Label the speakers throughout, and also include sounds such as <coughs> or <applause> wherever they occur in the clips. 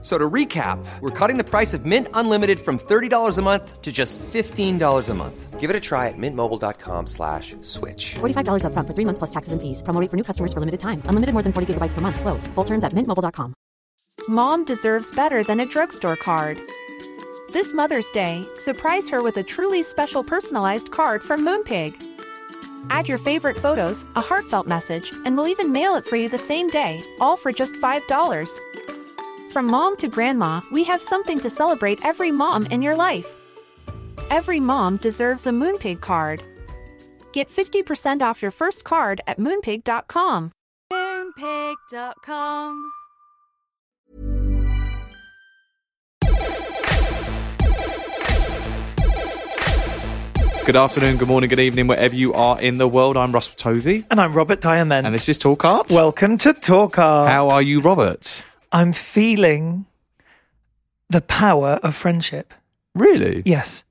Speaker 1: So to recap, we're cutting the price of Mint Unlimited from $30 a month to just $15 a month. Give it a try at mintmobile.com slash switch.
Speaker 2: $45 upfront for three months plus taxes and fees. Promo rate for new customers for limited time. Unlimited more than 40 gigabytes per month. Slows. Full terms at mintmobile.com.
Speaker 3: Mom deserves better than a drugstore card. This Mother's Day, surprise her with a truly special personalized card from Moonpig. Add your favorite photos, a heartfelt message, and we'll even mail it for you the same day, all for just $5. From mom to grandma, we have something to celebrate every mom in your life. Every mom deserves a Moonpig card. Get 50% off your first card at moonpig.com.
Speaker 4: Moonpig.com.
Speaker 5: Good afternoon, good morning, good evening, wherever you are in the world. I'm Russell Tovey,
Speaker 6: And I'm Robert
Speaker 5: and
Speaker 6: Diamond.
Speaker 5: uh, this is Talk Art.
Speaker 6: Welcome to Talk Art.
Speaker 5: how are you, Robert?
Speaker 6: I'm feeling the power of friendship.
Speaker 5: Really?
Speaker 6: Yes.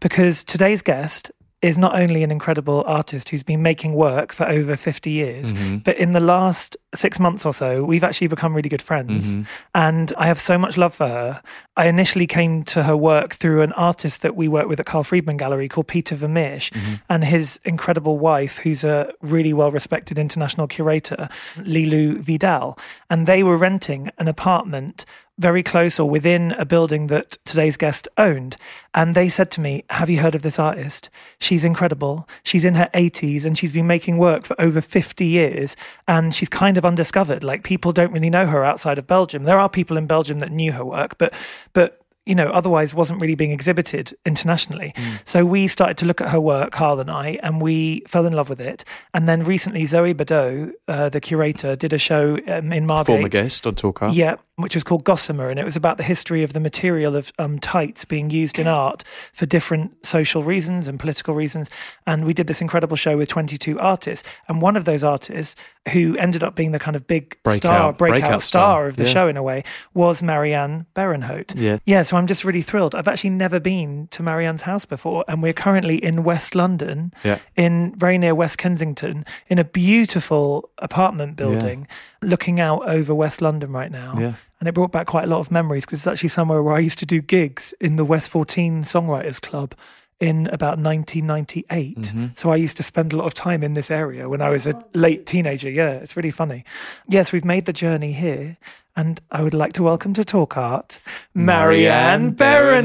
Speaker 6: Because today's guest is not only an incredible artist who's been making work for over 50 years, but in the last six months or so, we've actually become really good friends. And I have so much love for her. I initially came to her work through an artist that we work with at Carl Friedman Gallery called Peter Vermish and his incredible wife, who's a really well respected international curator, Lilu Vidal. And they were renting an apartment very close or within a building that today's guest owned. And they said to me, Have you heard of this artist? She's incredible. She's in her 80s and she's been making work for over 50 years. And she's kind of undiscovered. Like people don't really know her outside of Belgium. There are people in Belgium that knew her work, but, but, you know, otherwise wasn't really being exhibited internationally.
Speaker 5: Hmm.
Speaker 6: So we started to look at her work, Carl and I, and we fell in love with it. And then recently, Zoe Badeau, uh, the curator, did a show um, in Margate.
Speaker 5: Former guest on Talk Art.
Speaker 6: Yeah, which was called Gossamer, and it was about the history of the material of um, tights being used in art for different social reasons and political reasons. And we did this incredible show with 22 artists, and one of those artists who ended up being the kind of big star,
Speaker 5: Breakout-
Speaker 6: breakout,
Speaker 5: breakout
Speaker 6: star,
Speaker 5: star,
Speaker 6: of the
Speaker 5: yeah.
Speaker 6: show in a way, was Marianne Berenhout.
Speaker 5: Yeah.
Speaker 6: yeah. So I'm just really thrilled. I've actually never been to Marianne's house before, and we're currently in West London,
Speaker 5: Yeah.
Speaker 6: in very near West Kensington, in a beautiful apartment building, looking out over West London right now now.
Speaker 5: Yeah.
Speaker 6: And it brought back quite a lot of memories because it's actually somewhere where I used to do gigs in the West 14 Songwriters Club in about 1998. So I used to spend a lot of time in this area when I was a late teenager. Yeah, it's really funny. Yes, we've made the journey here. And I would like to welcome to Talk Art, Marianne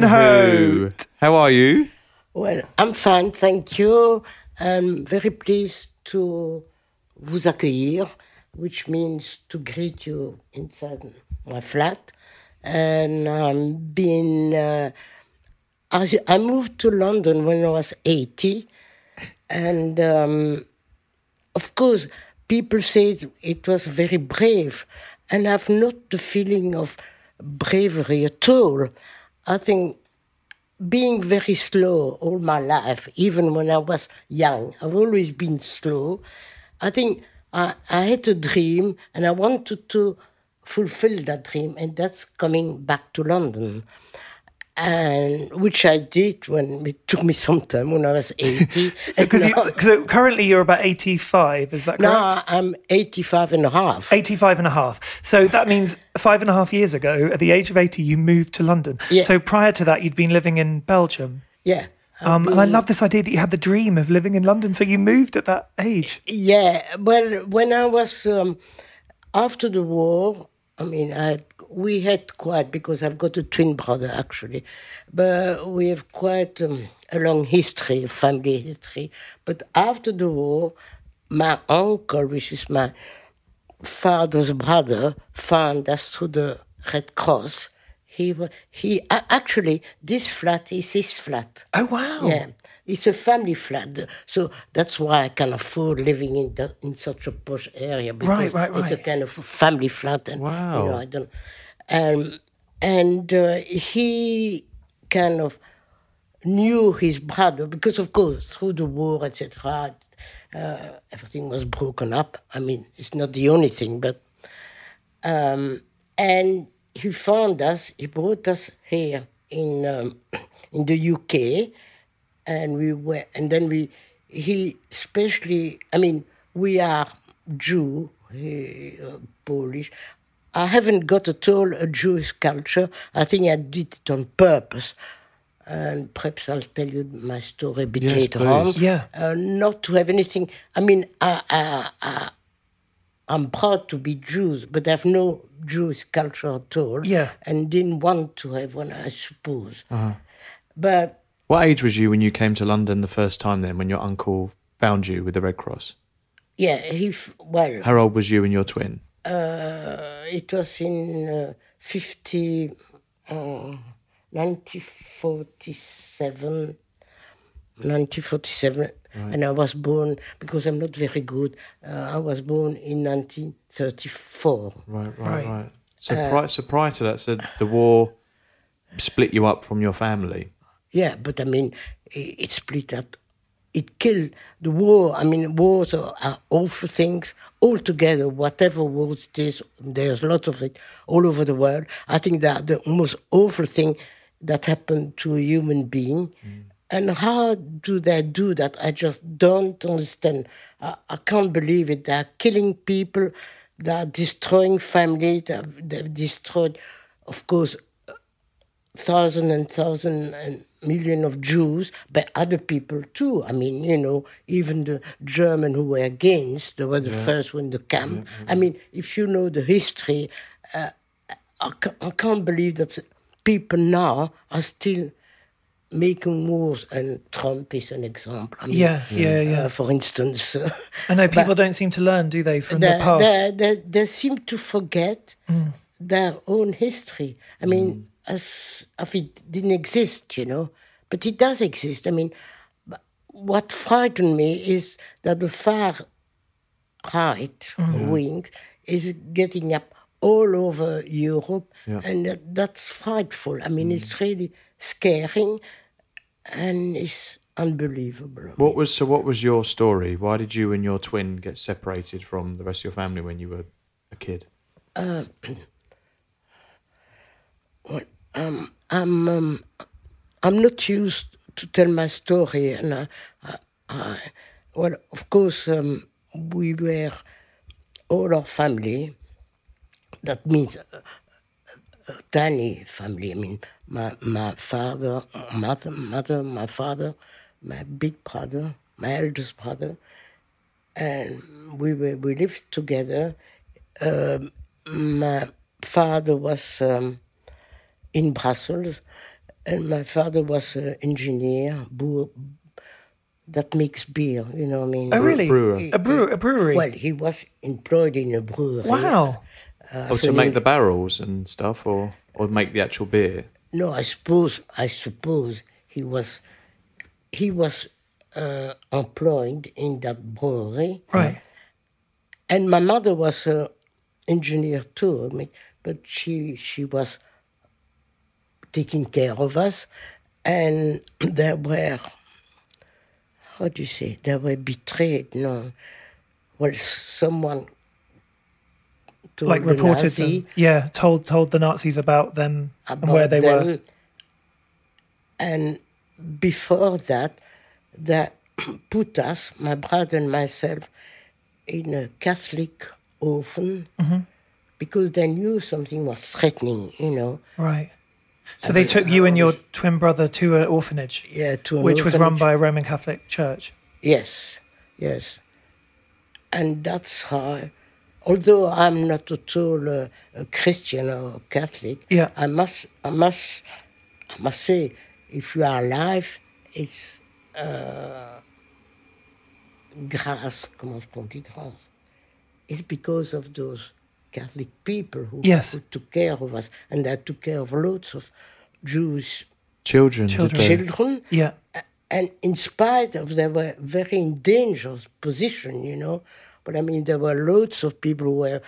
Speaker 6: Berenhout.
Speaker 5: How are you?
Speaker 7: Well, I'm fine, thank you. I'm very pleased to vous accueillir, which means to greet you inside my flat. And I'm been. Uh, as- I moved to London when I was 80, and um, of course, people say it, it was very brave, and I've not the feeling of bravery at all. I think being very slow all my life, even when I was young, I've always been slow. I think I, I had a dream and I wanted to fulfill that dream, and that's coming back to London. And which I did when it took me some time when I was 80. And
Speaker 6: Because
Speaker 7: <laughs> now-
Speaker 6: so currently you're about 85, is that correct?
Speaker 7: now I'm 85 and a half.
Speaker 6: 85 and a half. So that means five and a half years ago, at the age of 80, you moved to London.
Speaker 7: Yeah.
Speaker 6: So prior to that, you'd been living in Belgium.
Speaker 7: Yeah.
Speaker 6: Um, and I love this idea that you had the dream of living in London, so you moved at that age.
Speaker 7: Yeah, well, when I was um, after the war, I mean, I we had quite because I've got a twin brother actually, but we have quite um, a long history, family history. But after the war, my uncle, which is my father's brother, found us through the Red Cross. He wa- he a- actually this flat is his flat.
Speaker 6: Oh wow!
Speaker 7: Yeah, it's a family flat, so that's why I can afford living in the, in such a posh area because
Speaker 6: right,
Speaker 7: it's a
Speaker 6: right.
Speaker 7: kind of family flat, and
Speaker 5: Wow.
Speaker 7: you know I don't. Um, and uh, he kind of knew his brother because, of course, through the war, etc., uh, everything was broken up. I mean, it's not the only thing, but um, And he found us, he brought us here in, um, in the UK, and we were, and then we, he especially, I mean, we are Jew, he, uh, Polish. I haven't got at all a Jewish culture. I think I did it on purpose. And perhaps I'll tell you my story a bit
Speaker 5: Yes,
Speaker 7: later
Speaker 5: please.
Speaker 7: on.
Speaker 6: Yeah.
Speaker 7: Uh, not to have anything. I mean, I, I, I, I'm proud to be Jews, but I've no Jewish culture at all.
Speaker 6: Yeah.
Speaker 7: And didn't want to have one, I suppose. But
Speaker 5: What age was you when you came to London the first time then, when your uncle found you with the Red Cross?
Speaker 7: yeah, he, f- well,
Speaker 5: How old was you and your twin?
Speaker 7: uh, it was in uh, 50, uh, 1947. 1947, and I was born because I'm not very good. Uh, I was born in 1934.
Speaker 5: Right, right, right. Surprise, surprise to that. So the war split you up from your family.
Speaker 7: Yeah, but I mean, it, it split up. It killed the war. I mean, wars are, are awful things altogether. Whatever wars it is, there's lots of it all over the world. I think that the most awful thing that happened to a human being. And how do they do that? I just don't understand. I, I can't believe it. They're killing people. They're destroying families. They've, they've destroyed, of course, thousand and thousand and million of Jews, but other people too. I mean, you know, even the German who were against, they were the first one to come. I mean, if you know the history, uh, I, ca- I can't believe that people now are still making wars, and Trump is an example. I mean,
Speaker 6: Yeah, yeah,
Speaker 7: uh,
Speaker 6: yeah.
Speaker 7: for instance, <laughs>
Speaker 6: I know people don't seem to learn, do they, from the
Speaker 7: they-
Speaker 6: past? Mm.
Speaker 7: They, they, they seem to forget their own history. I mean, as if it didn't exist, you know, but it does exist. I mean, b- what frightened me is that the far right
Speaker 6: Mm.
Speaker 7: wing is getting up all over Europe, and that, that's frightful. I mean, it's
Speaker 6: Mm.
Speaker 7: really scaring and it's unbelievable.
Speaker 5: What was so? What was your story? Why did you and your twin get separated from the rest of your family when you were a kid?
Speaker 7: I'm um, I'm not used to tell my story, and I, I, I well, of course, um, we were all our family. That means a, a tiny family. I mean, my my father, mother, mother, my father, my big brother, my eldest brother, and we were, we lived together. Um my father was. Um, in Brussels, and my father was an engineer brewer, that makes beer. You know what I mean?
Speaker 6: oh, really?
Speaker 5: brewer.
Speaker 6: A, brew, a brewery.
Speaker 7: Well, he was employed in a brewery.
Speaker 6: wow. Oh,
Speaker 5: or to make the barrels and stuff, or or make the actual beer.
Speaker 7: No, I suppose I suppose he was he was uh, employed in that brewery,
Speaker 6: Right.
Speaker 7: and my mother was an engineer too. I mean, but she she was taking care of us, and <clears throat> they were how do you say they were betrayed? No, well, someone told
Speaker 6: Like
Speaker 7: the
Speaker 6: reported
Speaker 7: Nazi,
Speaker 6: them. Yeah, told told the Nazis about them and where
Speaker 7: about
Speaker 6: they were.
Speaker 7: them. And before that, they put us, my brother and myself, in a Catholic oven
Speaker 6: Mm-hmm.
Speaker 7: because they knew something was threatening, you know.
Speaker 6: Right. So they took you and your twin brother to an orphanage,
Speaker 7: Yeah, to an
Speaker 6: which was run
Speaker 7: orphanage.
Speaker 6: by a Roman Catholic church.
Speaker 7: Yes, yes. And that's how, although I'm not at all a, a Christian or a Catholic,
Speaker 6: Yeah.
Speaker 7: I must, I must, I must say, if you are alive, it's uh, grâce. Comment on dit grâce? It's because of those Catholic people who,
Speaker 6: Yes.
Speaker 7: who took care of us, and they took care of lots of Jewish
Speaker 5: Children, did
Speaker 6: Children.
Speaker 5: they?
Speaker 7: children
Speaker 6: Yeah.
Speaker 7: and in spite of they were very in dangerous position, you know, but I mean there were loads of people who were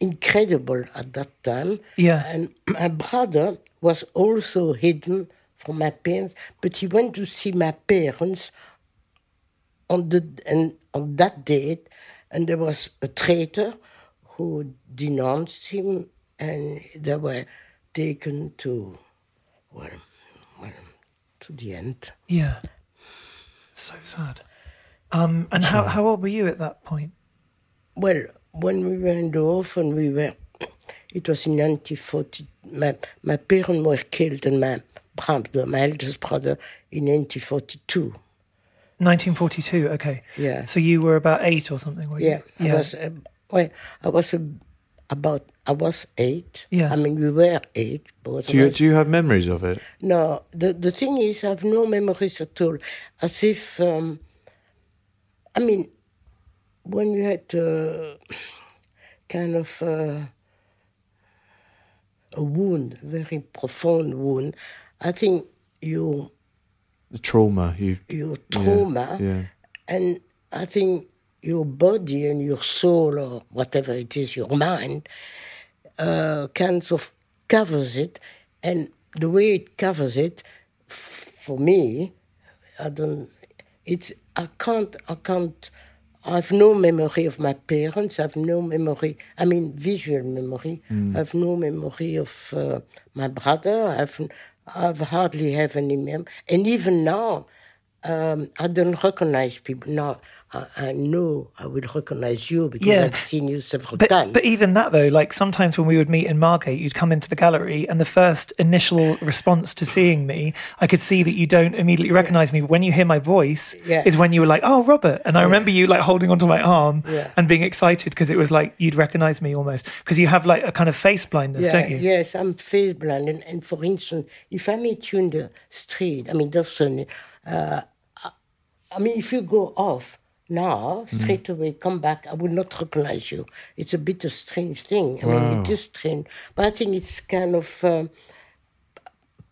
Speaker 7: incredible at that time.
Speaker 6: Yeah.
Speaker 7: And <clears throat> my brother was also hidden from my parents, but he went to see my parents on the and on that date, and there was a traitor who denounced him and they were taken to, well, well to the end.
Speaker 6: Yeah. So sad. Um, and how, how old were you at that point?
Speaker 7: Well, when we were in the orphan, we were, it was in 1940. My, my parents were killed and my brother, my eldest brother, in 1942.
Speaker 6: 1942. Okay.
Speaker 7: Yeah.
Speaker 6: So you were about eight or something, were you?
Speaker 7: Yeah, I
Speaker 6: Yeah.
Speaker 7: was, uh, well, I was uh, about, I was eight.
Speaker 6: Yeah.
Speaker 7: I mean, we were eight. Both
Speaker 5: Do
Speaker 7: of
Speaker 5: you,
Speaker 7: us.
Speaker 5: do you have memories of it?
Speaker 7: No, the, the thing is, I have no memories at all. As if, um, I mean, when you had uh, kind of uh, a wound, very profound wound, I think you
Speaker 5: The trauma you.
Speaker 7: your
Speaker 5: yeah,
Speaker 7: trauma,
Speaker 5: Yeah.
Speaker 7: and I think your body and your soul, or whatever it is, your mind, uh, kind of covers it, and the way it covers it, f- for me, I don't. It's I can't I can't. I've no memory of my parents. I've no memory. I mean, visual memory.
Speaker 6: Mm.
Speaker 7: I've no memory of uh, my brother. I've I've hardly have any memory. And even now, um, I don't recognize people. Now I, I know I will recognize you because
Speaker 6: Yeah.
Speaker 7: I've seen you several
Speaker 6: But,
Speaker 7: times.
Speaker 6: but even that though, like sometimes when we would meet in Margate, you'd come into the gallery, and the first initial response to seeing me, I could see that you don't immediately recognize me. But when you hear my voice,
Speaker 7: Yeah.
Speaker 6: is when you were like, "Oh, Robert," and I remember you like holding onto my arm
Speaker 7: Yeah.
Speaker 6: and being excited because it was like you'd recognize me almost because you have like a kind of face blindness, don't you?
Speaker 7: Yes, I'm face blind. And, and for instance, if I meet you in the street, I mean, that's an, uh, I- I mean, if you go off now,
Speaker 5: Mm.
Speaker 7: straight away, come back, I will not recognize you. It's a bit a strange thing. I mean, it is strange. But I think it's kind of um,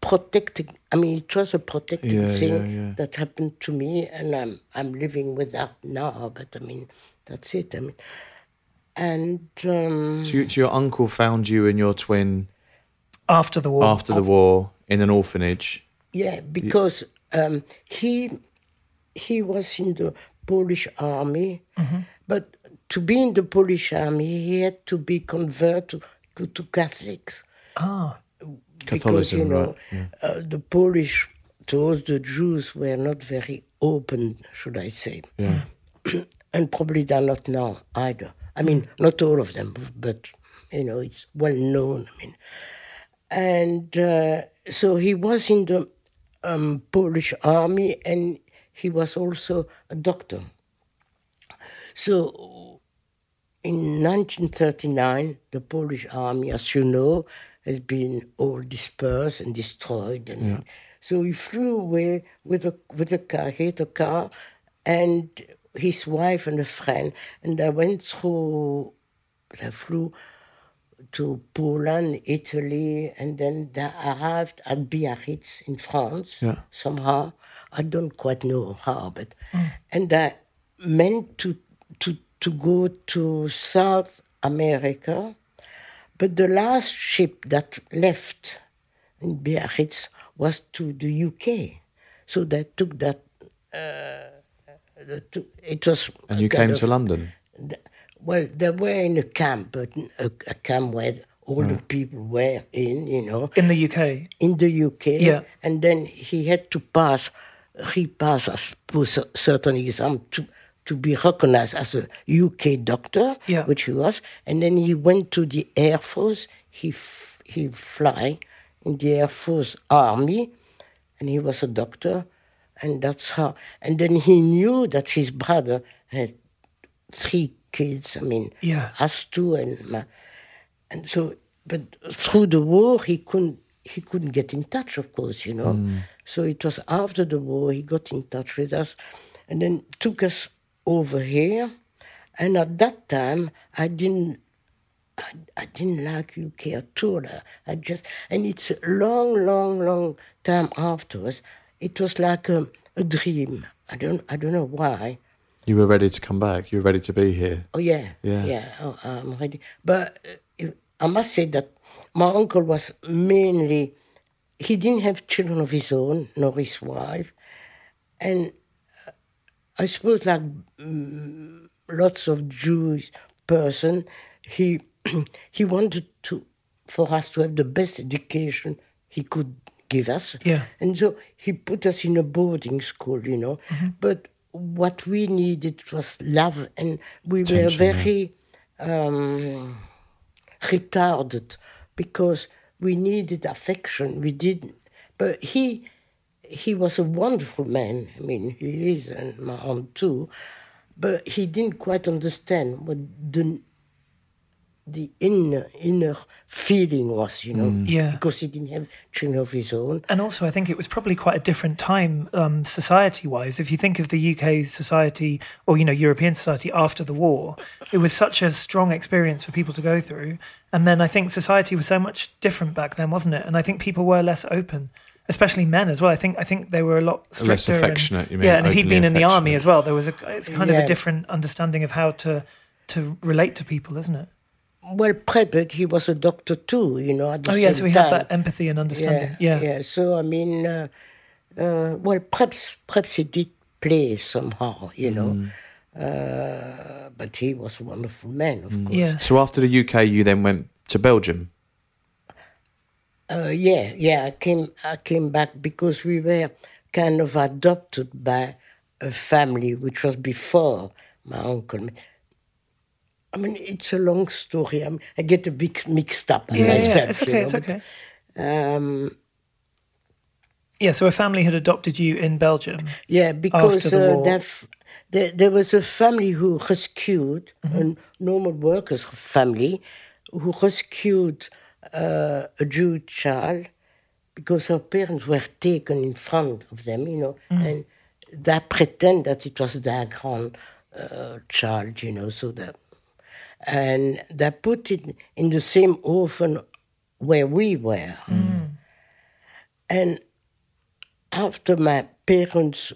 Speaker 7: protecting. I mean, it was a protecting
Speaker 5: Yeah,
Speaker 7: thing
Speaker 5: yeah, yeah.
Speaker 7: that happened to me, and I'm, I'm living with that now. But I mean, that's it. I mean, and. Um,
Speaker 5: So, you, so your uncle found you and your twin
Speaker 6: After the war,
Speaker 5: after the war in an orphanage.
Speaker 7: Yeah, because um, he he was in the Polish army, but to be in the Polish army, he had to be converted to, to Catholics because you
Speaker 5: Catholicism,
Speaker 7: know
Speaker 5: right, yeah.
Speaker 7: uh, the Polish towards the Jews were not very open, should I say?
Speaker 5: Yeah.
Speaker 7: <clears throat> and probably they're not now either. I mean, not all of them, but you know, it's well known. I mean, and uh, so he was in the um, Polish army, and he was also a doctor. So, in 1939, the Polish army, as you know, has been all dispersed and destroyed, and so he flew away with a with a car. He had a car, and his wife and a friend, and they went through. They flew to Poland, Italy, and then they arrived at Biarritz in France
Speaker 5: Yeah.
Speaker 7: somehow. I don't quite know how, but
Speaker 5: Mm.
Speaker 7: and they meant to to to go to South America, but the last ship that left in Biarritz was to the UK, so they took that. Uh, the two- it was
Speaker 5: And you
Speaker 7: a kind
Speaker 5: came
Speaker 7: of-
Speaker 5: to London.
Speaker 7: the- well, they were in a camp, but a, a camp where all the
Speaker 6: Hmm.
Speaker 7: people were in, you know,
Speaker 6: in the UK,
Speaker 7: in the UK.
Speaker 6: Yeah.
Speaker 7: And then he had to pass, repass a sp- certain exam to, to be recognized as a UK doctor,
Speaker 6: Yeah.
Speaker 7: which he was. And then he went to the Air Force. He, f- he fly in the Air Force Army, and he was a doctor. And that's how. And then he knew that his brother had three kids. I mean,
Speaker 6: Yeah.
Speaker 7: us two and my, and so. But through the war, he couldn't he couldn't get in touch, of course, you know. So it was after the war he got in touch with us, and then took us over here. And at that time, I didn't I, I didn't like UK at all. I- I just, and it's a long, long, long time afterwards. It was like a, a dream. I don't, I don't know why.
Speaker 5: You were ready to come back. You were ready to be here.
Speaker 7: Oh yeah,
Speaker 5: Yeah.
Speaker 7: Oh, I'm ready. But uh, I must say that my uncle was mainly he didn't have children of his own, nor his wife, and uh, I suppose like mm, <clears throat> lots of Jewish person, he he wanted to for us to have the best education he could give us.
Speaker 6: Yeah.
Speaker 7: And so he put us in a boarding school, you know. But what we needed was love, and we were very um, retarded because we needed affection. We did, but he he was a wonderful man. I mean, he is, and my aunt too. But he didn't quite understand what the the inner inner feeling was, you know,
Speaker 6: Yeah.
Speaker 7: because he didn't have children of his own.
Speaker 6: And also, I think it was probably quite a different time um, society wise. If you think of the UK society or, you know, European society after the war, it was such a strong experience for people to go through. And then I think society was so much different back then, wasn't it? And I think people were less open. Especially men as well. I think I think they were a lot stricter
Speaker 5: Less
Speaker 6: and-
Speaker 5: affectionate, you mean,
Speaker 6: Yeah, and if he'd
Speaker 5: openly
Speaker 6: been in the army
Speaker 5: affectionate.
Speaker 6: as well, there was a it's kind of
Speaker 7: Yeah.
Speaker 6: a different understanding of how to to relate to people, isn't it?
Speaker 7: Well, Prebert, he was a doctor too, you know. At the
Speaker 6: Oh yeah,
Speaker 7: same
Speaker 6: so we
Speaker 7: time.
Speaker 6: have that empathy and understanding. Yeah,
Speaker 7: yeah. So I mean, uh, uh, well, perhaps perhaps he did play somehow, you know.
Speaker 6: Mm.
Speaker 7: Uh, but he was a wonderful man, of course.
Speaker 6: yeah.
Speaker 5: So after the UK, you then went to Belgium.
Speaker 6: Mm.
Speaker 7: Uh, yeah, yeah. I came, I came back because we were kind of adopted by a family which was before my uncle. I mean, it's a long story. I, mean, I get a bit mixed up
Speaker 6: Yeah, yeah,
Speaker 7: myself.
Speaker 6: it's
Speaker 7: you
Speaker 6: okay,
Speaker 7: know,
Speaker 6: it's
Speaker 7: but,
Speaker 6: okay.
Speaker 7: Um,
Speaker 6: Yeah, so a family had adopted you in Belgium.
Speaker 7: Yeah, because
Speaker 6: the
Speaker 7: uh,
Speaker 6: war.
Speaker 7: that f- there, there was a family who rescued,
Speaker 6: Mm-hmm.
Speaker 7: a normal workers' family, who rescued uh, a Jew child because her parents were taken in front of them, you know,
Speaker 6: Mm.
Speaker 7: and they pretend that it was their grand uh, child, you know, so that. And they put it in the same orphan where we were.
Speaker 6: Mm.
Speaker 7: And after my parents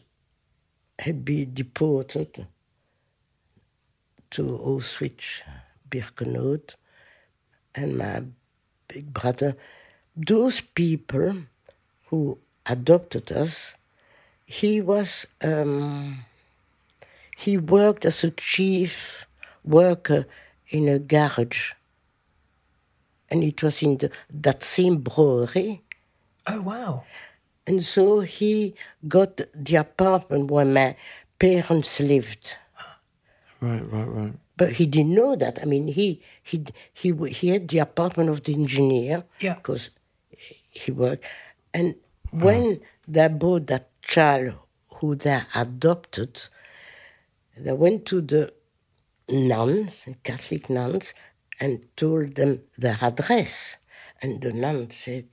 Speaker 7: had been deported to Auschwitz, Birkenau, and my big brother, those people who adopted us, he was, um, he worked as a chief worker in a garage. And it was in the, that same brewery
Speaker 6: Oh wow.
Speaker 7: and so he got the apartment where my parents lived.
Speaker 5: Right, right, right.
Speaker 7: But he didn't know that. I mean, he he he w- he had the apartment of the engineer
Speaker 6: Yeah.
Speaker 7: because he worked. And when they bought that child who they adopted, they went to the nuns, Catholic nuns, and told them their address. And the nun said,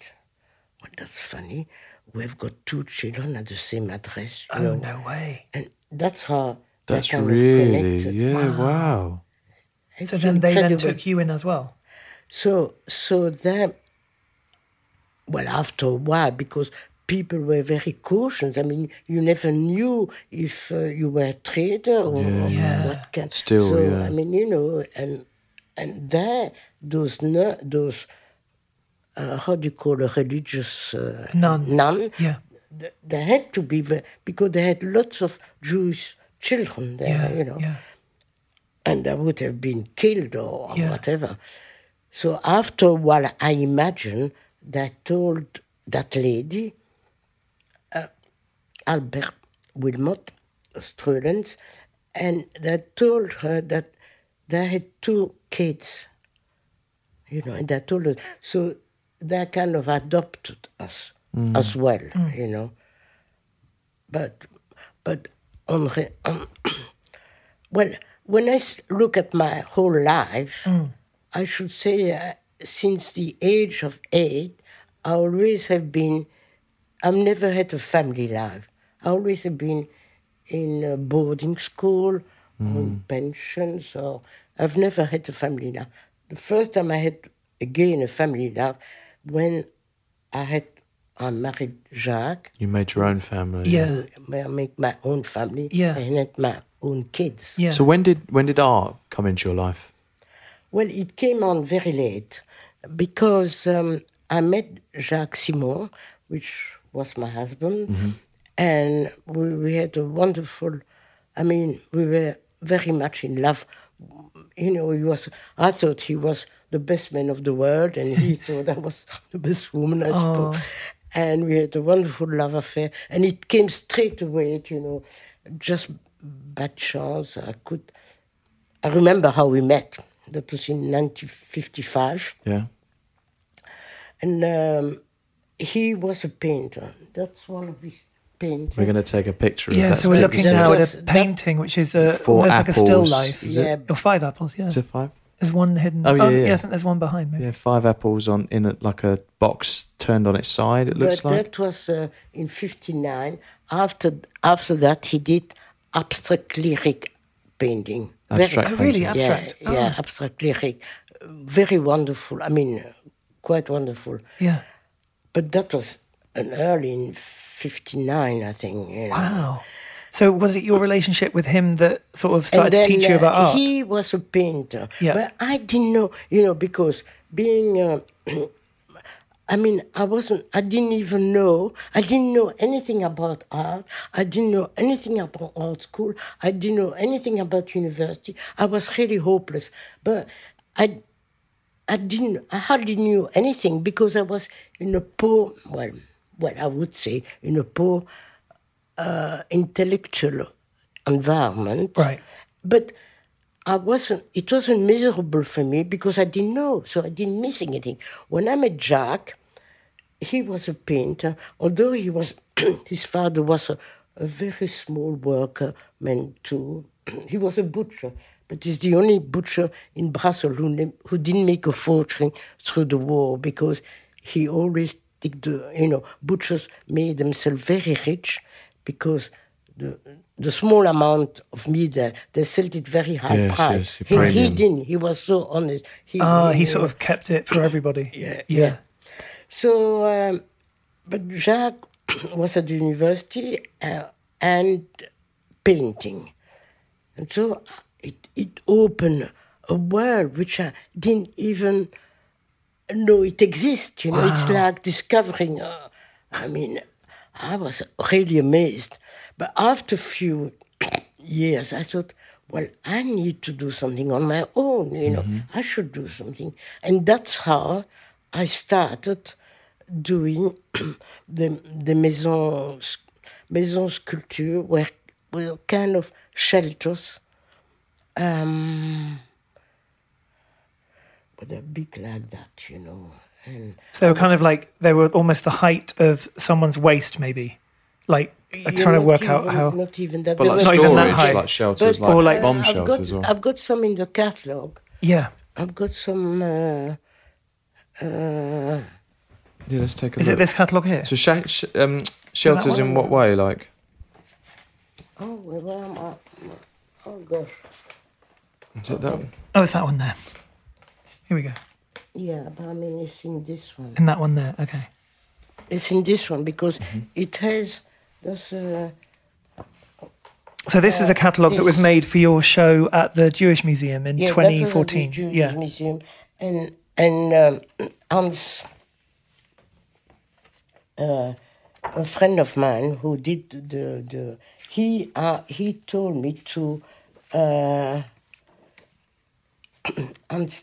Speaker 7: "Well, that's funny. We've got two children at the same address." You
Speaker 6: Oh
Speaker 7: know?
Speaker 6: no way.
Speaker 7: And that's how. they
Speaker 5: That's
Speaker 7: kind of
Speaker 5: really,
Speaker 7: connected.
Speaker 5: yeah, wow.
Speaker 7: It's
Speaker 6: So then they then
Speaker 7: incredible.
Speaker 6: took you in as well.
Speaker 7: So so then, well, after a while, because people were very cautious. I mean, you never knew if uh, you were a trader or, or
Speaker 6: Yeah.
Speaker 7: what kind.
Speaker 5: Still,
Speaker 7: so
Speaker 5: yeah.
Speaker 7: I mean, you know, and and there those nu- those. Uh, how do you call a religious uh,
Speaker 6: Nun.
Speaker 7: nun?
Speaker 6: Yeah.
Speaker 7: th- They had to be ve- because they had lots of Jewish children there,
Speaker 6: Yeah.
Speaker 7: you know
Speaker 6: Yeah.
Speaker 7: and they would have been killed or
Speaker 6: Yeah.
Speaker 7: whatever. So after a while, I imagine they told that lady, uh, Albert Wilmot Strudens, and they told her that they had two kids, you know, and they told her, so they kind of adopted us as well, you know. But, but on, re- on well, when I s- look at my whole life, I should say uh, since the age of eight, I always have been, I've never had a family life. I always have been in a boarding school, on pensions, or I've never had a family life. The first time I had, again, a family life, when I had, I married Jacques,
Speaker 5: You made your own family.
Speaker 6: Yeah.
Speaker 7: I make my own family,
Speaker 6: Yeah.
Speaker 7: and had my own kids.
Speaker 6: Yeah.
Speaker 5: So when did when did art come into your life?
Speaker 7: Well, it came on very late because um, I met Jacques Simon, which was my husband, and we, we had a wonderful, I mean, we were very much in love. You know, he was, I thought he was the best man of the world, and he thought I was <laughs> the best woman, I suppose. And we had a wonderful love affair, and it came straight away, you know, just by chance. I could, I remember how we met. That was in 1955
Speaker 5: Yeah.
Speaker 7: and um, he was a painter. That's one of his paintings.
Speaker 5: We're going to take a picture of
Speaker 6: Yeah,
Speaker 5: that.
Speaker 6: so we're looking
Speaker 7: That
Speaker 6: now
Speaker 7: was-
Speaker 6: at a
Speaker 7: that-
Speaker 6: painting, which is a,
Speaker 5: Four
Speaker 6: almost like a still
Speaker 5: apples,
Speaker 6: life.
Speaker 5: is
Speaker 7: it?
Speaker 6: Or five apples, yeah.
Speaker 5: Is it five?
Speaker 6: There's one hidden.
Speaker 5: Oh, yeah, yeah.
Speaker 6: I think there's one behind me.
Speaker 5: Yeah, five apples on in a, like a box turned on its side. It looks
Speaker 7: but
Speaker 5: like.
Speaker 7: that was uh, in '59. After after that, he did abstract lyric painting. Very-
Speaker 5: Abstract Oh,
Speaker 6: really? painting. Abstract? Oh.
Speaker 7: Yeah, yeah, abstract lyric. Very wonderful. I mean, uh, quite wonderful.
Speaker 6: Yeah.
Speaker 7: But that was an early in '59, I think. you know.
Speaker 6: Wow. So was it your relationship with him that sort of started to
Speaker 7: then,
Speaker 6: teach you
Speaker 7: uh,
Speaker 6: about art?
Speaker 7: He was a painter,
Speaker 6: Yeah.
Speaker 7: but I didn't know, you know, because being, uh, <clears throat> I mean, I wasn't, I didn't even know, I didn't know anything about art, I didn't know anything about art school, I didn't know anything about university. I was really hopeless, but I. I didn't, I hardly knew anything because I was in a poor, well, well, I would say in a poor uh, intellectual environment.
Speaker 6: Right.
Speaker 7: But I wasn't, it wasn't miserable for me because I didn't know, so I didn't miss anything. When I met Jack, he was a painter, although he was, <clears throat> his father was a, a very small worker man too. <clears throat> he was a butcher, but he's the only butcher in Brussels who, ne- who didn't make a fortune through the war because he always did the, you know, butchers made themselves very rich because the, the small amount of meat they, they sold it very high
Speaker 5: Yes, yes,
Speaker 7: price.
Speaker 5: the
Speaker 7: he, he
Speaker 5: premium.
Speaker 7: didn't. He was so honest. He,
Speaker 6: Ah,
Speaker 7: he
Speaker 6: he
Speaker 7: knew.
Speaker 6: sort of kept it for everybody. Yeah. Yeah.
Speaker 7: So, um, but Jacques <clears throat> was at the university uh, and painting. And so it, it opened a world which I didn't even know it exists. You know, it's like discovering. Uh, I mean, I was really amazed. But after a few years, I thought, well, I need to do something on my own. You know, I should do something, and that's how I started doing <clears throat> the the maison maison sculpture where were kind of shelters. Um, but they're big like that, you know. And
Speaker 6: So they were kind of like they were almost the height of someone's waist, maybe. Like, like
Speaker 7: Yeah,
Speaker 6: trying to
Speaker 7: not
Speaker 6: work
Speaker 7: even-
Speaker 6: out how.
Speaker 7: Not even that.
Speaker 5: but
Speaker 7: There
Speaker 5: like
Speaker 7: was-
Speaker 6: not
Speaker 5: storage,
Speaker 6: even that high.
Speaker 5: like shelters,
Speaker 6: But-
Speaker 5: like
Speaker 6: Or like-
Speaker 5: bomb
Speaker 7: I've
Speaker 5: shelters
Speaker 7: got,
Speaker 5: as well.
Speaker 7: I've got some in the catalogue.
Speaker 6: Yeah.
Speaker 7: I've got some. Uh, uh,
Speaker 5: yeah, let's take a
Speaker 6: Is
Speaker 5: look.
Speaker 6: it this catalogue here?
Speaker 5: So sh- sh- um, shelters in
Speaker 7: one?
Speaker 5: what way? Like
Speaker 7: oh, where am I? Oh gosh.
Speaker 5: is it that one?
Speaker 6: Oh, it's that one there. Here we go.
Speaker 7: Yeah, but I mean it's in this one.
Speaker 6: And that one there. Okay.
Speaker 7: It's in this one because
Speaker 6: Mm-hmm.
Speaker 7: it has. uh, There's a,
Speaker 6: So this is a catalogue that was
Speaker 7: Uh, yes.
Speaker 6: made for your show at the Jewish Museum in
Speaker 7: yeah, that was at the
Speaker 6: 2014.
Speaker 7: Jewish
Speaker 6: Yeah.
Speaker 7: Museum and and um, Hans, uh, a friend of mine who did the the he uh, he told me to uh, <clears throat> Hans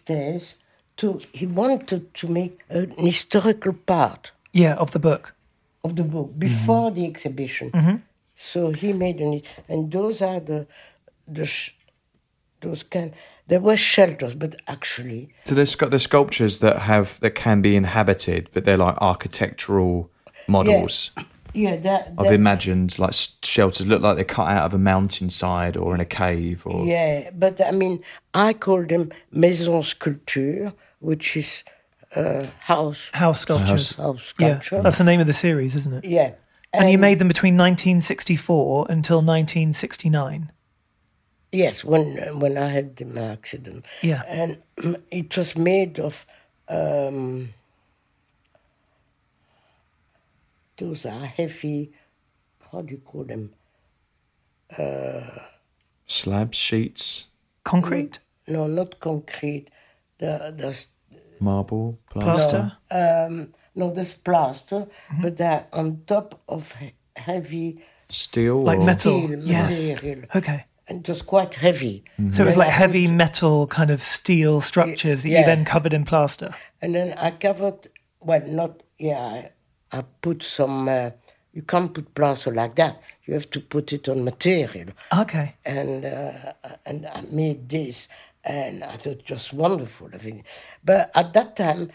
Speaker 7: to he wanted to make an historical part
Speaker 6: Yeah, of the book.
Speaker 7: of the
Speaker 6: Mm-hmm.
Speaker 7: book before the exhibition. So he made an, and those are the the sh- those kind. There were shelters, but actually,
Speaker 5: So there's got the sculptures that have that can be inhabited, but they're like architectural models.
Speaker 7: yeah, that,
Speaker 5: I've
Speaker 7: that-
Speaker 5: imagined like s- shelters look like they're cut out of a mountainside or in a cave or
Speaker 7: yeah. But I mean, I call them maison sculpture, which is uh, house
Speaker 6: House sculptures.
Speaker 7: house
Speaker 6: Yeah,
Speaker 7: sculpture.
Speaker 6: that's the name of the series, isn't it?
Speaker 7: Yeah. Um,
Speaker 6: And you made them between 1964 until 1969.
Speaker 7: Yes, when when I had the my accident.
Speaker 6: Yeah.
Speaker 7: And <clears throat> it was made of um, those are heavy. How do you call them?
Speaker 5: slab sheets,
Speaker 7: Mm.
Speaker 6: Concrete?
Speaker 7: No, not concrete. The, there's
Speaker 5: marble, plaster.
Speaker 6: Plaster?
Speaker 7: um, no, there's plaster, but they're on top of he- heavy
Speaker 5: steel
Speaker 6: Like
Speaker 5: or-
Speaker 6: metal?
Speaker 7: Steel
Speaker 6: yes.
Speaker 7: material.
Speaker 6: Okay.
Speaker 7: and just quite heavy.
Speaker 6: So it was like heavy metal kind of steel structures that you
Speaker 7: yeah.
Speaker 6: then covered in plaster.
Speaker 7: And then I covered, well, not, yeah, I, I put some, uh, you can't put plaster like that. You have to put it on material.
Speaker 6: Okay.
Speaker 7: And, uh, and I made this, and I thought it was wonderful. I think. But at that time,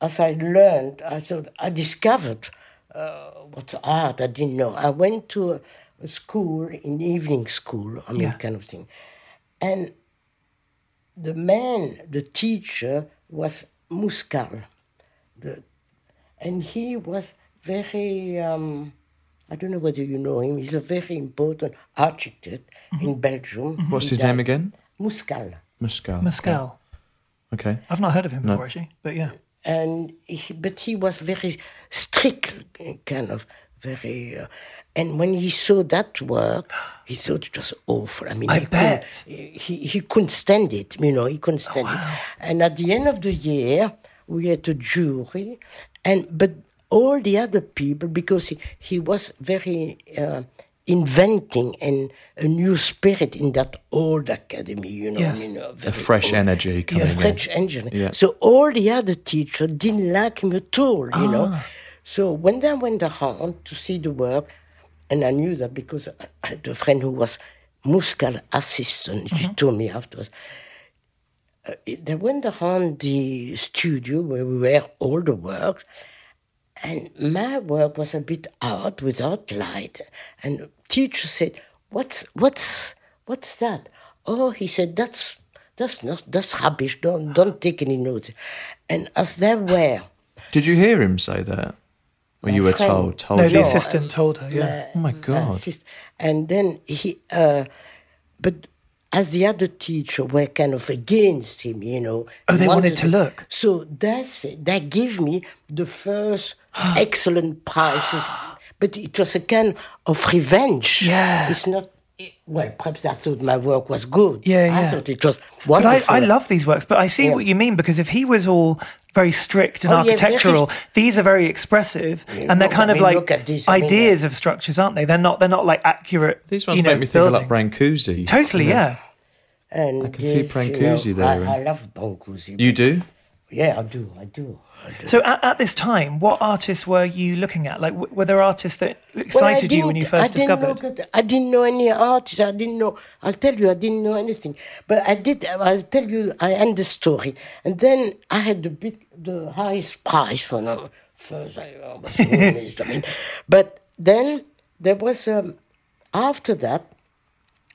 Speaker 7: as I learned, I thought I discovered uh, what's art. I didn't know. I went to a, a school, in evening school, I mean,
Speaker 6: Yeah.
Speaker 7: kind of thing. And the man, the teacher, was Muscal. The, and he was very, um, I don't know whether you know him, he's a very important architect in Belgium.
Speaker 5: Mm-hmm. What's
Speaker 7: He
Speaker 5: his name
Speaker 7: died-
Speaker 5: again?
Speaker 7: Muscal.
Speaker 5: Muscal.
Speaker 6: Mescal.
Speaker 5: Okay.
Speaker 6: I've not heard of him before, actually, but yeah.
Speaker 7: and he, but he was very strict, uh, kind of very. Uh, and when he saw that work, he thought it was awful. I mean,
Speaker 6: I
Speaker 7: he
Speaker 6: bet. Oh,
Speaker 7: couldn't- he he couldn't stand it. You know, he couldn't stand it. And at the end of the year, we had a jury, and but all the other people because he, he was very. Uh, Inventing and a new spirit in that old academy, you know,
Speaker 6: Yes.
Speaker 7: I mean, uh,
Speaker 5: A
Speaker 7: very
Speaker 5: fresh
Speaker 7: old.
Speaker 5: energy coming
Speaker 7: Yeah, French engineer.
Speaker 5: Yeah.
Speaker 7: So all the other teachers didn't like him at all, you know.
Speaker 5: Ah.
Speaker 7: So when I went around to see the work, and I knew that because I had a friend who was Muscal assistant, she
Speaker 5: Mm-hmm.
Speaker 7: told me afterwards. Uh, it- they went around the studio where we were all the work, and my work was a bit out without light. And teacher said, "What's what's what's that?" Oh, he said, "That's that's not that's rubbish. Don't don't take any notes." And as they were,
Speaker 5: in. Did you hear him say that? Or you were
Speaker 7: friend-
Speaker 5: told? Told
Speaker 6: No,
Speaker 5: Oh, you.
Speaker 6: the assistant told her, yeah.
Speaker 5: Oh my
Speaker 7: uh,
Speaker 5: god.
Speaker 7: sis- and then he, uh, but as the other teacher were kind of against him, you know.
Speaker 6: Oh, they wanted to look.
Speaker 7: So that's that gave me the
Speaker 6: <gasps>
Speaker 7: first excellent prizes, but it was a kind of revenge.
Speaker 6: Yeah.
Speaker 7: it's not. Well, perhaps I thought my work was good.
Speaker 6: Yeah,
Speaker 7: I
Speaker 6: yeah.
Speaker 7: thought it was
Speaker 6: But I,
Speaker 7: wonderful.
Speaker 6: I love these works, but I see
Speaker 7: Yeah.
Speaker 6: what you mean because if he was all very strict and
Speaker 7: Oh, yeah, very
Speaker 6: architectural,
Speaker 7: st-
Speaker 6: these are very expressive and they're
Speaker 7: look,
Speaker 6: kind
Speaker 7: I
Speaker 6: of
Speaker 7: mean, look
Speaker 6: like
Speaker 7: at these, I mean,
Speaker 6: ideas of structures, aren't they? They're not they're not like accurate.
Speaker 5: These ones
Speaker 6: you know,
Speaker 5: make me think of like
Speaker 6: buildings.
Speaker 5: Brancusi.
Speaker 6: Totally, yeah.
Speaker 7: And
Speaker 5: I can see Brancusi
Speaker 7: you know,
Speaker 5: there.
Speaker 7: I, I love Brancusi.
Speaker 5: You do?
Speaker 7: Yeah, I do. I do. I do.
Speaker 6: So at, at this time, what artists were you looking at? Like, w- were there artists that
Speaker 7: Well, I
Speaker 6: excited you when you
Speaker 7: didn't-
Speaker 6: first
Speaker 7: I didn't
Speaker 6: discovered?
Speaker 7: look at- I didn't know any artists. I didn't know. I'll tell you, I didn't know anything. But I did. I'll tell you. I end the story. And then I had the big, the highest prize for uh, now. First, I was so <laughs> amazed. I mean, but then there was um, after that,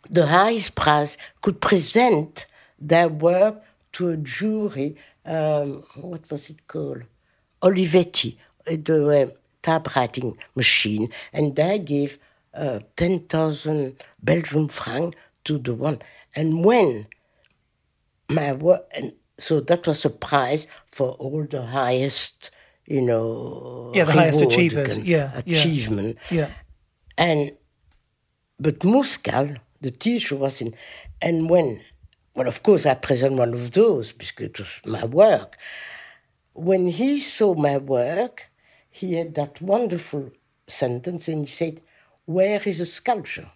Speaker 7: the highest prize could present their work to a jury. Um, what was it called? Olivetti, uh, the uh, typewriting machine, and they gave uh, ten thousand Belgian francs to the one. And when my work, and so that was a prize for all the highest, you know,
Speaker 6: Yeah, the highest
Speaker 7: reward you
Speaker 6: achievers,
Speaker 7: can-
Speaker 6: yeah, yeah.
Speaker 7: achievement.
Speaker 6: Yeah.
Speaker 7: And but Muscal, the teacher, was in, and when, well, of course, I present one of those because it was my work. When he saw my work, he had that wonderful sentence, and he said, "Where is the sculpture?"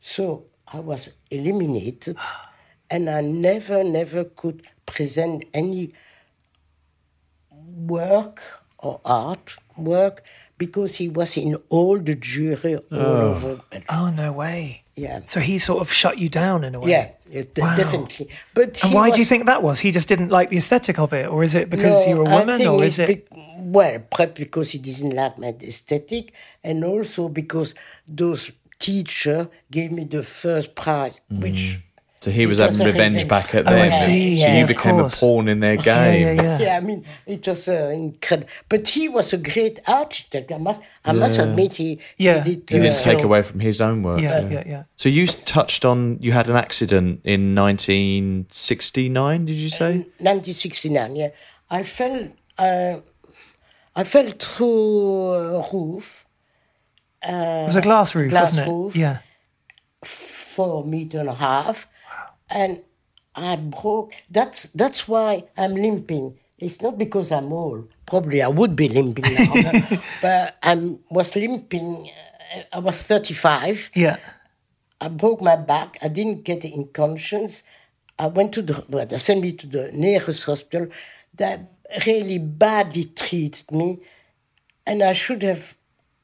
Speaker 7: So I was eliminated, and I never, never could present any work or art work because he was in all the jury all over. Belgium.
Speaker 6: Oh no way!
Speaker 7: Yeah.
Speaker 6: So he sort of shut you down in a way.
Speaker 7: Yeah, yeah, de-
Speaker 6: Wow.
Speaker 7: definitely. But
Speaker 6: And
Speaker 7: he
Speaker 6: why do
Speaker 7: was-
Speaker 6: you think that was? He just didn't like the aesthetic of it, or is it because
Speaker 7: No,
Speaker 6: you're a
Speaker 7: I
Speaker 6: woman,
Speaker 7: think
Speaker 6: or
Speaker 7: it's
Speaker 6: is it?
Speaker 7: bec- well, perhaps because he didn't like my aesthetic, and also because those teacher gave me the first prize,
Speaker 6: Mm.
Speaker 7: which
Speaker 5: So he
Speaker 7: It
Speaker 5: was
Speaker 7: was
Speaker 5: having
Speaker 7: a
Speaker 5: revenge
Speaker 7: revenge.
Speaker 5: back at
Speaker 6: Oh, I
Speaker 5: them.
Speaker 6: see,
Speaker 5: So
Speaker 7: yeah,
Speaker 5: you
Speaker 7: of
Speaker 5: became a
Speaker 6: course.
Speaker 5: pawn in their
Speaker 6: <laughs> Yeah,
Speaker 5: game.
Speaker 6: yeah, yeah.
Speaker 7: yeah, I mean it was uh, incredible. But he was a great architect. I must, I must admit, he
Speaker 6: Yeah.
Speaker 7: he did. uh,
Speaker 5: He
Speaker 6: He
Speaker 5: didn't
Speaker 6: was
Speaker 5: take
Speaker 6: killed.
Speaker 5: away from his own work.
Speaker 6: Yeah, yeah, yeah.
Speaker 5: So you s- touched on you had an accident in 1969. Did you
Speaker 6: Uh,
Speaker 5: say?
Speaker 7: 1969. Yeah, I fell. Uh, I fell through a roof.
Speaker 6: It was a glass roof,
Speaker 7: glass
Speaker 6: wasn't it?
Speaker 7: roof.
Speaker 6: Yeah.
Speaker 7: four meter and a half, and I broke. That's that's why I'm limping. It's not because I'm old. Probably I would be limping now, but I was limping. uh, I was 35,
Speaker 6: Yeah.
Speaker 7: I broke my back. I didn't get in conscience. I went to the, well, they sent me to the nearest hospital. They really badly treated me. And I should have,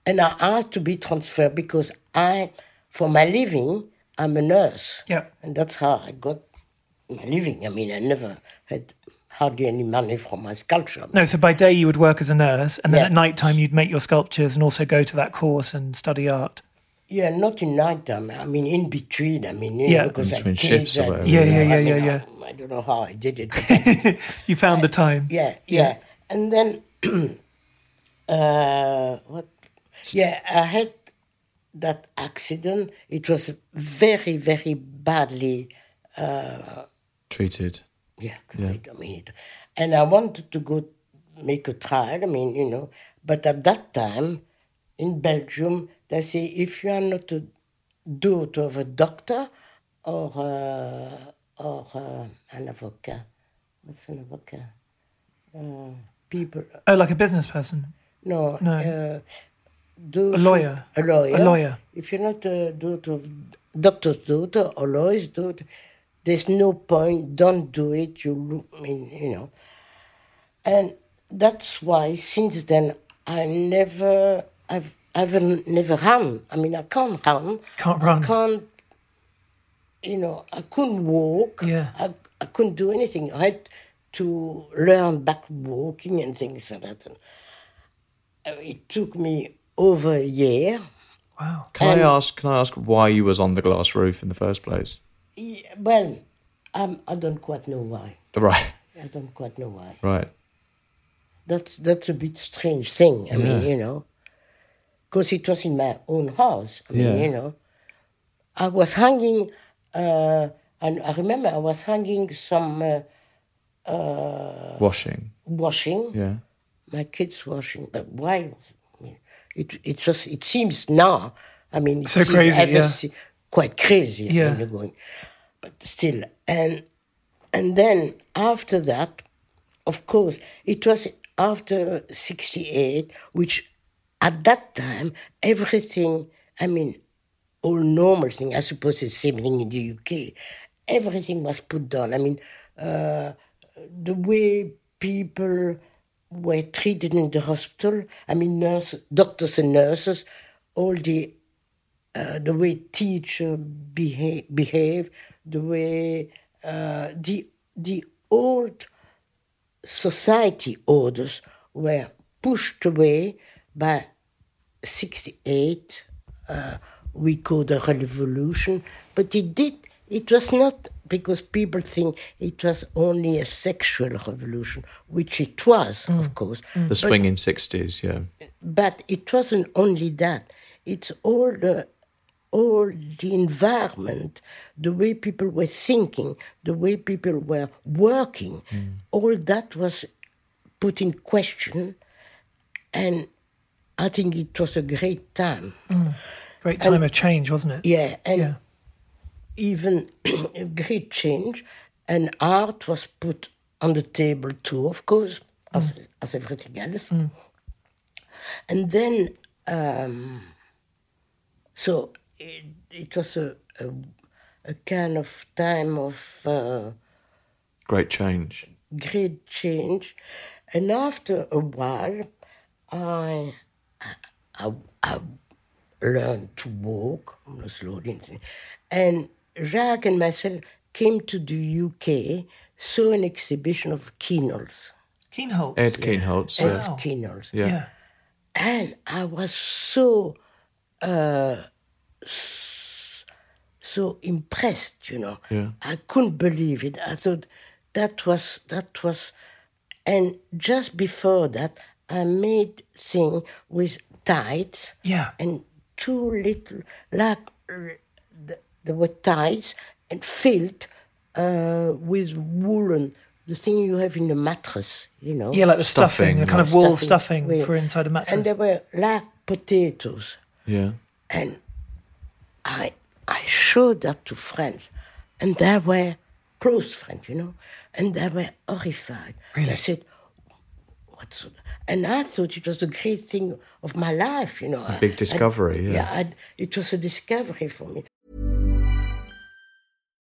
Speaker 7: and I had to be transferred because I, for my living, I'm a nurse.
Speaker 6: Yeah.
Speaker 7: And that's how I got my living. I mean, I never had hardly any money from my sculpture.
Speaker 6: No, so by day you would work as a nurse, and then
Speaker 7: Yeah.
Speaker 6: at night time you'd make your sculptures and also go to that course and study art.
Speaker 7: Yeah, not in night time. I mean, in between. I mean, you
Speaker 6: Yeah.
Speaker 7: know, because
Speaker 5: In between
Speaker 7: I kids,
Speaker 5: shifts or
Speaker 7: I-
Speaker 5: whatever,
Speaker 6: Yeah, yeah, yeah,
Speaker 7: I
Speaker 6: yeah,
Speaker 7: mean,
Speaker 6: yeah.
Speaker 7: I, I don't know how I did it.
Speaker 6: <laughs> You found the time.
Speaker 7: yeah, yeah. And then, <clears throat> uh, what? Yeah, I had that accident. It was very, very badly.
Speaker 5: Treated.
Speaker 7: Yeah, great. I mean, it, and I wanted to go make a trial. I mean, you know, but at that time in Belgium, they say if you are not a daughter of a doctor or uh, or uh, an avocat, what's an avocat? Uh, people,
Speaker 6: Oh, like a business person.
Speaker 7: no,
Speaker 6: No.
Speaker 7: Uh, those
Speaker 6: A lawyer.
Speaker 7: who- A lawyer.
Speaker 6: A lawyer.
Speaker 7: If you're not a daughter of doctor's daughter or lawyer's daughter, there's no point. Don't do it. You, lo- I mean, you know. And that's why since then I never, I've, I've never run. I mean, I can't run.
Speaker 6: Can't run.
Speaker 7: I can't. You know, I couldn't walk.
Speaker 6: Yeah.
Speaker 7: I, I couldn't do anything. I had to learn back walking and things like that. And uh, it took me over a year
Speaker 6: Wow.
Speaker 5: Can
Speaker 7: And-
Speaker 5: I ask? Can I ask why you was on the glass roof in the first place?
Speaker 7: Yeah, well um, i don't quite know why
Speaker 5: Right,
Speaker 7: i don't quite know why
Speaker 5: right.
Speaker 7: that's that's a bit strange thing i mean you know because it was in my own house i mean
Speaker 5: Yeah.
Speaker 7: you know i was hanging uh, and i remember i was hanging some uh,
Speaker 5: Washing.
Speaker 7: washing
Speaker 5: Yeah.
Speaker 7: my kids washing but why I mean, it it just it seems now i mean it
Speaker 6: So
Speaker 7: seems-
Speaker 6: crazy,
Speaker 7: I was
Speaker 6: yeah.
Speaker 7: se- quite crazy I mean,
Speaker 6: Yeah.
Speaker 7: you're going but still and and then after that of course it was after 68 which at that time everything i mean all normal thing i suppose it's same thing in the uk everything was put down i mean uh, the way people were treated in the hospital, I mean, nurse, doctors and nurses, all the uh, the way teacher behave, behave the way uh, the the old society orders were pushed away by 68 uh, we called a revolution but it did it was not because people think it was only a sexual revolution which it was of course
Speaker 5: The swinging sixties. Yeah.
Speaker 7: but it wasn't only that. It's all the all the environment, the way people were thinking, the way people were working, all that was put in question, and I think it was a great time.
Speaker 6: Great time of change, wasn't it?
Speaker 7: Yeah, and
Speaker 6: Yeah.
Speaker 7: even <clears throat> a great change, and art was put on the table too, of course,
Speaker 6: Mm.
Speaker 7: as, as everything else. And then, um, so it, it was a, a, a kind of time of. Uh,
Speaker 5: Great change.
Speaker 7: great change. And after a while, I, I, I learned to walk you know, slowly. and thing. And Jacques and myself came to the UK, saw an exhibition of Keenals.
Speaker 6: Keenholz.
Speaker 5: Ed Keenholz.
Speaker 7: Ed
Speaker 5: Yeah.
Speaker 6: Wow.
Speaker 7: Keenals.
Speaker 5: Yeah.
Speaker 6: Yeah.
Speaker 7: And I was so, uh, s- so impressed, you know.
Speaker 5: Yeah.
Speaker 7: I couldn't believe it. I thought that was that was, and just before that, I made thing with tights
Speaker 6: Yeah.
Speaker 7: and two little like uh, th- there were tights and filled uh, with woolen, the thing you have in the mattress, you know.
Speaker 6: Yeah, like the stuffing,
Speaker 5: Stuffing,
Speaker 6: the kind
Speaker 5: yeah.
Speaker 6: of wool
Speaker 7: Stuffing,
Speaker 6: stuffing,
Speaker 7: yeah.
Speaker 6: for inside a mattress.
Speaker 7: And they were like potatoes.
Speaker 5: Yeah.
Speaker 7: And I, I showed that to friends, and they were close friends, you know, and they were horrified. Really? I said, "What's?" And I thought it was the great thing of my life, you know. I-
Speaker 5: Big discovery,
Speaker 7: I-
Speaker 5: yeah.
Speaker 7: I- it was a discovery for me.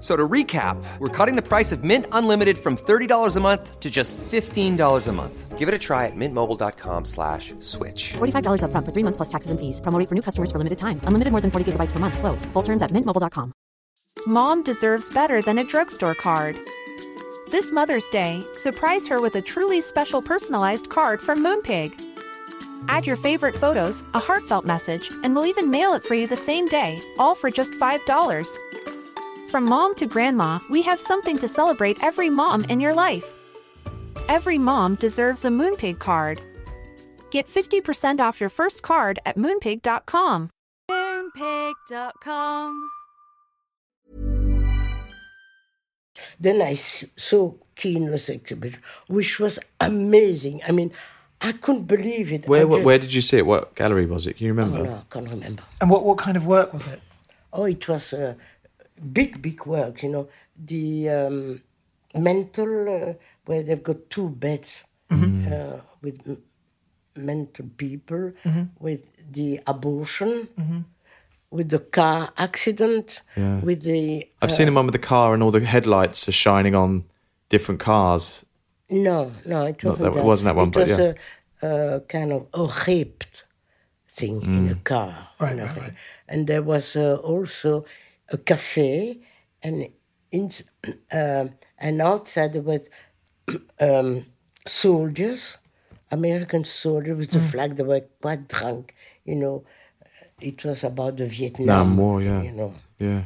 Speaker 1: So to recap, we're cutting the price of Mint Unlimited from $30 a month to just $15 a month. Give it a try at mintmobile.com slash switch.
Speaker 2: $45 upfront for three months plus taxes and fees. Promo rate for new customers for limited time. Unlimited more than 40 gigabytes per month. Slows. Full terms at mintmobile.com.
Speaker 3: Mom deserves better than a drugstore card. This Mother's Day, surprise her with a truly special personalized card from Moonpig. Add your favorite photos, a heartfelt message, and we'll even mail it for you the same day, all for just $5. From mom to grandma, we have something to celebrate every mom in your life. Every mom deserves a Moonpig card. Get 50% off your first card at moonpig.com.
Speaker 4: Moonpig.com.
Speaker 7: Then I s- saw Keen's exhibition, which was amazing. I mean, I couldn't believe it. I
Speaker 5: Where where,
Speaker 7: ju-
Speaker 5: where did you see it? What gallery was it? Can you
Speaker 7: Oh,
Speaker 5: remember?
Speaker 7: no, I can't remember.
Speaker 6: And what, what kind of work was it?
Speaker 7: Oh, it was a big, big work, you know. The um, mental, uh, where they've got two beds uh, with m- mental people, with the abortion, with the car accident, with the.
Speaker 5: I've seen the one with the car and all the headlights are shining on different cars.
Speaker 7: No, no, it
Speaker 5: Not
Speaker 7: wasn't.
Speaker 5: that- it wasn't that one,
Speaker 7: it
Speaker 5: but
Speaker 7: was
Speaker 5: yeah.
Speaker 7: a, a kind of a raped thing
Speaker 5: Mm.
Speaker 7: in a car. Right, And there was uh, also a cafe, and in, <clears throat> um and outside there were <clears throat> um, soldiers, American soldiers with
Speaker 5: Mm.
Speaker 7: the flag. They were quite drunk, you know. It was about the Vietnam
Speaker 5: Vietnam War, yeah.
Speaker 7: You know.
Speaker 5: Yeah.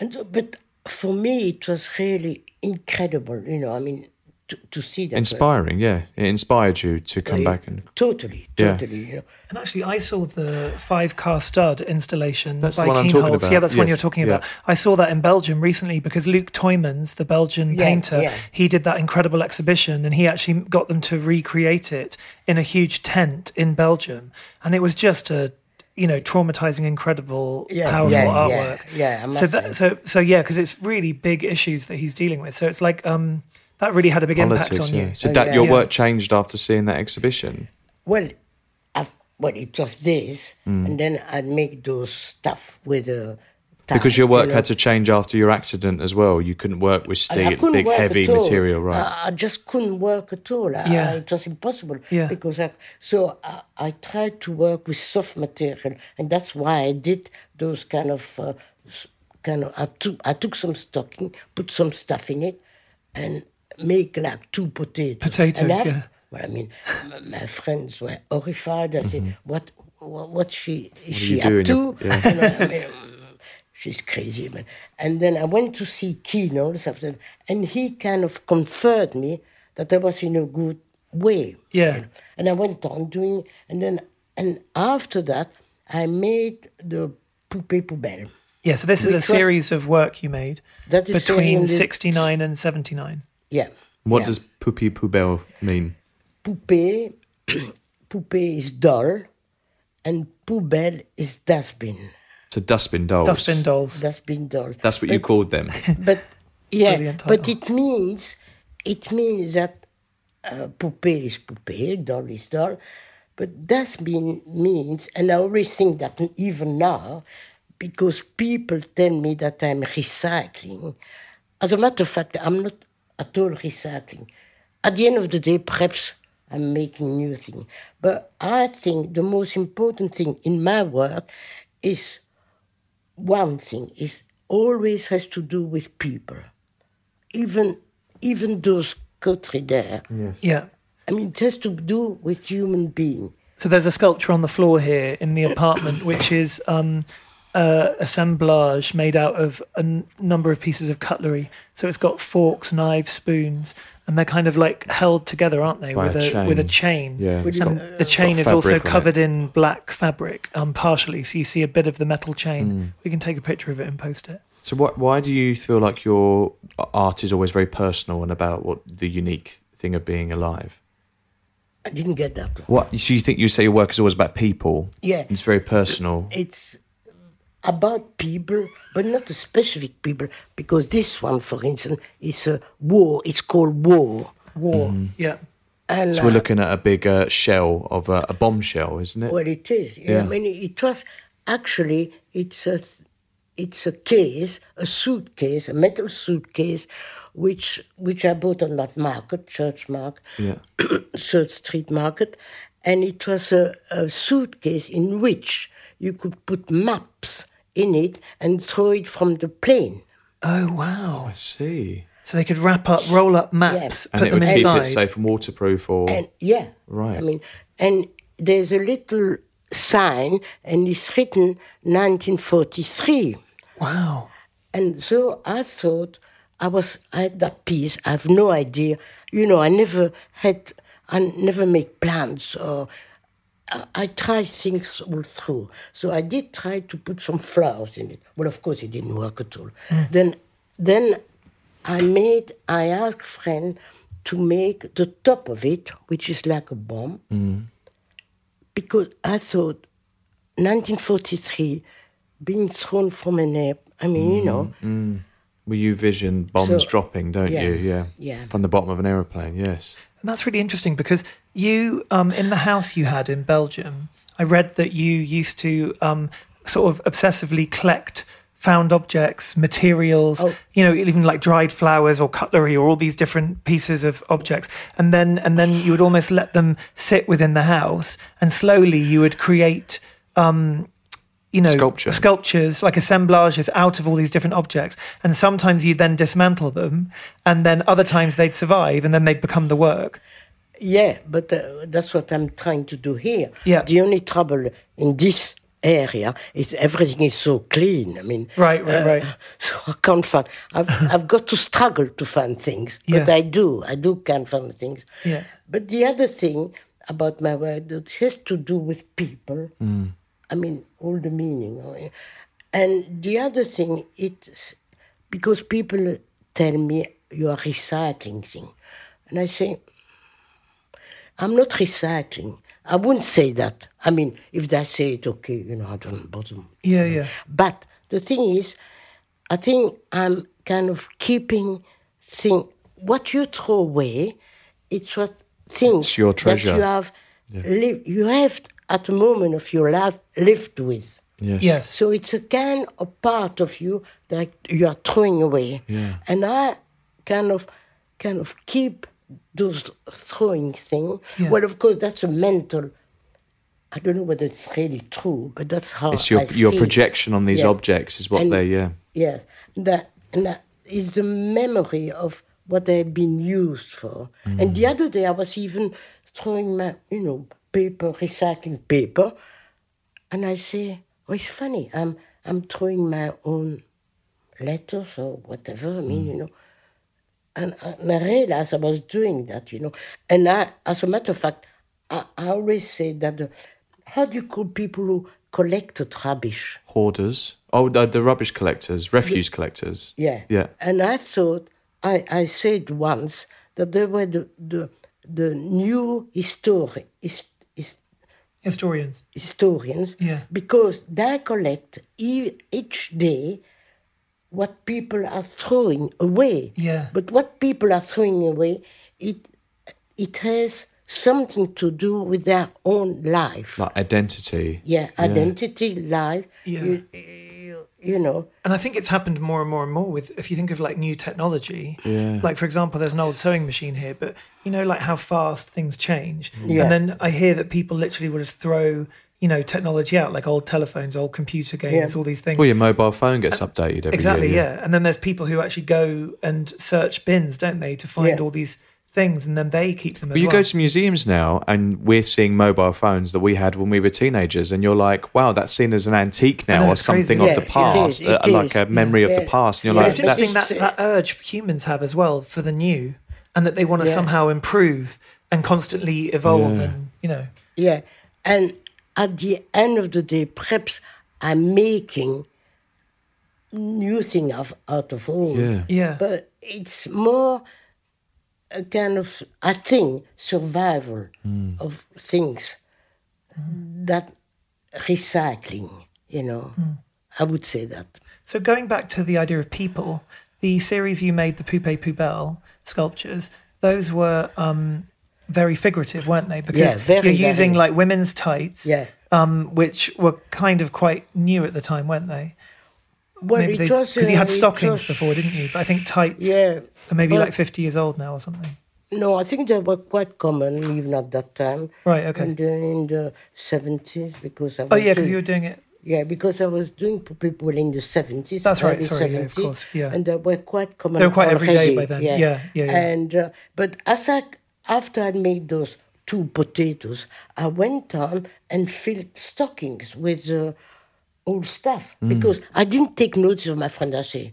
Speaker 7: And so, but for me, it was really incredible. You know, I mean, to, to see that.
Speaker 5: Inspiring, yeah. It inspired you to come back and
Speaker 7: Totally,
Speaker 5: Yeah.
Speaker 7: totally. You know.
Speaker 6: And actually, I saw the five car stud installation
Speaker 5: That's
Speaker 6: by
Speaker 5: the one I'm
Speaker 6: Keenholz.
Speaker 5: talking about.
Speaker 6: Yeah, that's one
Speaker 5: Yes,
Speaker 6: you're talking
Speaker 5: yeah.
Speaker 6: about. I saw that in Belgium recently because Luc Toymans, the Belgian
Speaker 7: Yeah,
Speaker 6: painter,
Speaker 7: yeah.
Speaker 6: he did that incredible exhibition and he actually got them to recreate it in a huge tent in Belgium. And it was just a you know traumatizing incredible
Speaker 7: Yeah,
Speaker 6: powerful
Speaker 7: yeah, yeah,
Speaker 6: artwork
Speaker 7: yeah, I must
Speaker 6: so that so so yeah because it's really big issues that he's dealing with so it's like um that really had a big
Speaker 5: politics.
Speaker 6: impact on
Speaker 5: Yeah.
Speaker 6: you
Speaker 5: So that
Speaker 7: yeah.
Speaker 5: your
Speaker 6: Yeah.
Speaker 5: work changed after seeing that exhibition.
Speaker 7: Well, I've, well, it was this,
Speaker 5: Mm.
Speaker 7: and then I'd make those stuff with uh, a.
Speaker 5: Because your work had to change after your accident as well. You couldn't work with
Speaker 7: I
Speaker 5: steel,
Speaker 7: couldn't
Speaker 5: big
Speaker 7: work
Speaker 5: heavy
Speaker 7: at all. Uh,
Speaker 5: material, right?
Speaker 7: I, I just couldn't work at all. I-
Speaker 6: Yeah.
Speaker 7: I- it was impossible.
Speaker 6: Yeah.
Speaker 7: Because I, so I, I tried to work with soft material, and that's why I did those kind of uh, s- kind of. I took I took some stocking, put some stuff in it, and make like two potatoes.
Speaker 6: Potatoes,
Speaker 7: And I have-
Speaker 6: yeah.
Speaker 7: Well, I mean, m- my friends were horrified. I said, "What? What? What's she? Is she
Speaker 5: Mm-hmm. you doing?
Speaker 7: up to?"
Speaker 5: Yeah.
Speaker 7: You know, I mean, she's crazy, man. And then I went to see Keynotes after, that, and he kind of comforted me that I was in a good way.
Speaker 6: Yeah.
Speaker 7: you know. And I went on doing, and then and after that, I made the Poupée Poubelle.
Speaker 6: Yeah, so this is a
Speaker 7: Which was-
Speaker 6: series of work you made
Speaker 7: That is
Speaker 6: between
Speaker 7: certainly-
Speaker 6: 69 and 79.
Speaker 7: Yeah.
Speaker 5: what
Speaker 7: yeah.
Speaker 5: does poopy poubelle mean?
Speaker 7: poupée? <clears throat> poupée is doll, and poubelle is dustbin.
Speaker 5: So dustbin dolls.
Speaker 6: Dustbin Dolls.
Speaker 7: Dustbin doll.
Speaker 5: That's what you called
Speaker 6: <laughs>
Speaker 5: them.
Speaker 7: <laughs> but yeah,
Speaker 6: Brilliant
Speaker 7: but
Speaker 6: title.
Speaker 7: it means it means that uh, poupée is poupée, doll is doll, but that mean, means, and I always think that even now, because people tell me that I'm recycling. As a matter of fact, I'm not at all recycling. At the end of the day, perhaps I'm making new things. But I think the most important thing in my work is one thing is always has to do with people. Even even those country there.
Speaker 6: Yeah.
Speaker 7: I mean it has to do with human being.
Speaker 6: So there's a sculpture on the floor here in the apartment, which is um, uh, assemblage made out of a n- number of pieces of cutlery. So it's got forks, knives, spoons, and they're kind of like held together, aren't they,
Speaker 5: By a
Speaker 6: with with a
Speaker 5: chain.
Speaker 6: chain?
Speaker 5: Yeah, it's
Speaker 6: and the chain
Speaker 5: got
Speaker 6: is also
Speaker 5: fabric on it.
Speaker 6: covered in black fabric, um, partially. So you see a bit of the metal chain.
Speaker 5: Mm.
Speaker 6: We can take a picture of it and post it.
Speaker 5: So what, why do you feel like your art is always very personal and about what the unique thing of being alive?
Speaker 7: I didn't get that.
Speaker 5: What so you think you say your work is always about people?
Speaker 7: Yeah.
Speaker 5: It's very personal.
Speaker 7: It's about people, but not the specific people, because this one, for instance, is a war. It's called war.
Speaker 6: War.
Speaker 5: Mm.
Speaker 6: Yeah.
Speaker 7: And
Speaker 5: So we're looking at a big uh, shell of uh, a bombshell, isn't it?
Speaker 7: Well, it is. You know,
Speaker 5: Yeah.
Speaker 7: I mean, it was actually it's a it's a case, a suitcase, a metal suitcase, which which I bought on that market, Church Mark, <coughs>
Speaker 5: Yeah.
Speaker 7: Church Street Market, and it was a, a suitcase in which you could put maps in it and throw it from the plane.
Speaker 6: Oh wow!
Speaker 5: I see.
Speaker 6: So they could wrap up, roll up maps,
Speaker 7: Yes.
Speaker 5: And
Speaker 6: put
Speaker 5: it
Speaker 6: them
Speaker 5: would keep
Speaker 6: inside.
Speaker 5: it safe and waterproof, or
Speaker 7: And yeah,
Speaker 5: Right.
Speaker 7: I mean, and there's a little sign, and it's written 1943.
Speaker 6: Wow.
Speaker 7: And so I thought I was I had that piece. I have no idea. You know, I never had. I never make plans or. I- I try things all through. So I did try to put some flowers in it. Well, of course, it didn't work at all. Then, then I made. I asked friend to make the top of it, which is like a bomb, because I thought 1943 being thrown from an air. I mean,
Speaker 6: Mm,
Speaker 7: you know,
Speaker 5: well, you vision bombs
Speaker 7: So-
Speaker 5: dropping, don't
Speaker 7: yeah,
Speaker 5: you? Yeah.
Speaker 7: yeah.
Speaker 5: From the bottom of an aeroplane, yes.
Speaker 6: And that's really interesting because you, um, in the house you had in Belgium, I read that you used to um, sort of obsessively collect found objects, materials, you know, even like dried flowers or cutlery or all these different pieces of objects, and then and then you would almost let them sit within the house, and slowly you would create. you know
Speaker 5: Sculpture.
Speaker 6: sculptures like assemblages out of all these different objects and sometimes you then dismantle them and then other times they'd survive and then they'd become the work
Speaker 7: Yeah, but uh, that's what I'm trying to do here.
Speaker 6: Yeah.
Speaker 7: The only trouble in this area is everything is so clean. I mean, Uh,
Speaker 6: Right, right, right.
Speaker 7: <laughs> So I can't find. I've I've got to struggle to find things, but
Speaker 6: Yeah.
Speaker 7: I do. I do can find things.
Speaker 6: Yeah.
Speaker 7: But the other thing about my work that has to do with people. I mean, all the meaning. of it. And the other thing, it's because people tell me you are recycling thing, and I say. I'm not recycling. I wouldn't say that. I mean, if they say it, okay, you know, I don't bother.
Speaker 6: yeah
Speaker 5: Mm.
Speaker 6: yeah
Speaker 7: But the thing is, I think I'm kind of keeping thing. What you throw away, it's what things
Speaker 5: It's your treasure.
Speaker 7: that you have lived. You have at the moment of your life lived with.
Speaker 5: Yes.
Speaker 6: yes
Speaker 7: So it's a kind of part of you that you are throwing away.
Speaker 5: Yeah.
Speaker 7: And I kind of kind of keep those throwing things.
Speaker 6: Yeah.
Speaker 7: Well of course that's a mental I don't know whether it's really true, but that's how
Speaker 5: It's your
Speaker 7: I
Speaker 5: your
Speaker 7: feel.
Speaker 5: projection on these
Speaker 7: Yeah.
Speaker 5: objects is what
Speaker 7: And-
Speaker 5: they yeah.
Speaker 7: Yes. That and that is the memory of what they've been used for.
Speaker 5: Mm.
Speaker 7: And the other day I was even throwing my you know, paper, recycling paper and I say, Oh it's funny, I'm I'm throwing my own letters or whatever, I
Speaker 5: Mm.
Speaker 7: mean, you know. And, and I realized I was doing that, you know. And I, as a matter of fact, I, I always say that the, how do you call people who collected rubbish?
Speaker 5: Hoarders. Oh, the, the rubbish collectors, refuse collectors.
Speaker 7: Yeah.
Speaker 5: Yeah.
Speaker 7: And I thought, I, I said once that they were the, the, the new histori- his, his,
Speaker 6: historians
Speaker 7: historians
Speaker 6: Yeah.
Speaker 7: because they collect e- each day what people are throwing away.
Speaker 6: Yeah.
Speaker 7: But what people are throwing away, it, it has something to do with their own life.
Speaker 5: Like identity.
Speaker 7: yeah, identity, life,
Speaker 6: Yeah.
Speaker 7: you, you, you know.
Speaker 6: and i think it's happened more and more and more with if you think of like new technology
Speaker 5: Yeah.
Speaker 6: like for example there's an old sewing machine here but you know like how fast things change
Speaker 7: Mm. Yeah.
Speaker 6: and then i hear that people literally would just throw you know technology out like old telephones old computer games
Speaker 7: Yeah.
Speaker 6: all these things
Speaker 5: Well, your mobile phone gets updated every
Speaker 6: Exactly,
Speaker 5: year.
Speaker 6: yeah. And then there's people who actually go and search bins, don't they, to find
Speaker 7: Yeah.
Speaker 6: all these things, and then they keep them. As
Speaker 5: But you
Speaker 6: well.
Speaker 5: go to museums now, and we're seeing mobile phones that we had when we were teenagers, and you're like, "Wow, that's seen as an antique
Speaker 6: know,
Speaker 5: now, or
Speaker 6: it's crazy.
Speaker 5: something
Speaker 7: Yeah,
Speaker 5: of
Speaker 7: it
Speaker 5: the past,
Speaker 7: is,
Speaker 5: uh,
Speaker 7: it
Speaker 5: like
Speaker 7: is.
Speaker 5: a memory of the
Speaker 7: Yeah.
Speaker 5: past." And you're
Speaker 7: Yeah,
Speaker 6: But
Speaker 5: like,
Speaker 6: it's interesting
Speaker 5: "That's
Speaker 6: that, that urge humans have as well for the new, and that they want to
Speaker 7: Yeah.
Speaker 6: somehow improve and constantly evolve,
Speaker 5: Yeah.
Speaker 6: and you know,
Speaker 7: Yeah. And at the end of the day, perhaps I'm making new thing of, out of all.
Speaker 5: Yeah.
Speaker 6: yeah,
Speaker 7: But it's more a kind of, I think, survival of
Speaker 6: Hmm.
Speaker 7: things that recycling, you know. I would say that.
Speaker 6: So going back to the idea of people, the series you made, the Poupée Poubelle sculptures, those were um, very figurative, weren't they? Because
Speaker 7: Yeah, very,
Speaker 6: you're using
Speaker 7: very.
Speaker 6: like women's tights,
Speaker 7: Yeah.
Speaker 6: um, which were kind of quite new at the time, weren't they?
Speaker 7: Well, it was
Speaker 6: because you
Speaker 7: uh,
Speaker 6: had
Speaker 7: it
Speaker 6: stockings
Speaker 7: was-
Speaker 6: before, didn't you? But I think tights
Speaker 7: Yeah,
Speaker 6: are maybe
Speaker 7: but-
Speaker 6: like 50 years old now or something.
Speaker 7: No, I think they were quite common even at that time.
Speaker 6: Right, okay.
Speaker 7: And then in the seventies, because I was
Speaker 6: Oh yeah, because
Speaker 7: doing-
Speaker 6: you were doing it.
Speaker 7: Yeah, because I was doing for people in the 70s.
Speaker 6: That's right,
Speaker 7: early
Speaker 6: sorry, yeah, of course, yeah.
Speaker 7: And they were quite common.
Speaker 6: They were quite
Speaker 7: already,
Speaker 6: everyday by then, yeah, yeah, yeah.
Speaker 7: And, uh, but as I, after I made those two potatoes, I went on and filled stockings with uh, old stuff
Speaker 6: Hmm.
Speaker 7: because I didn't take notes of my friend. I say,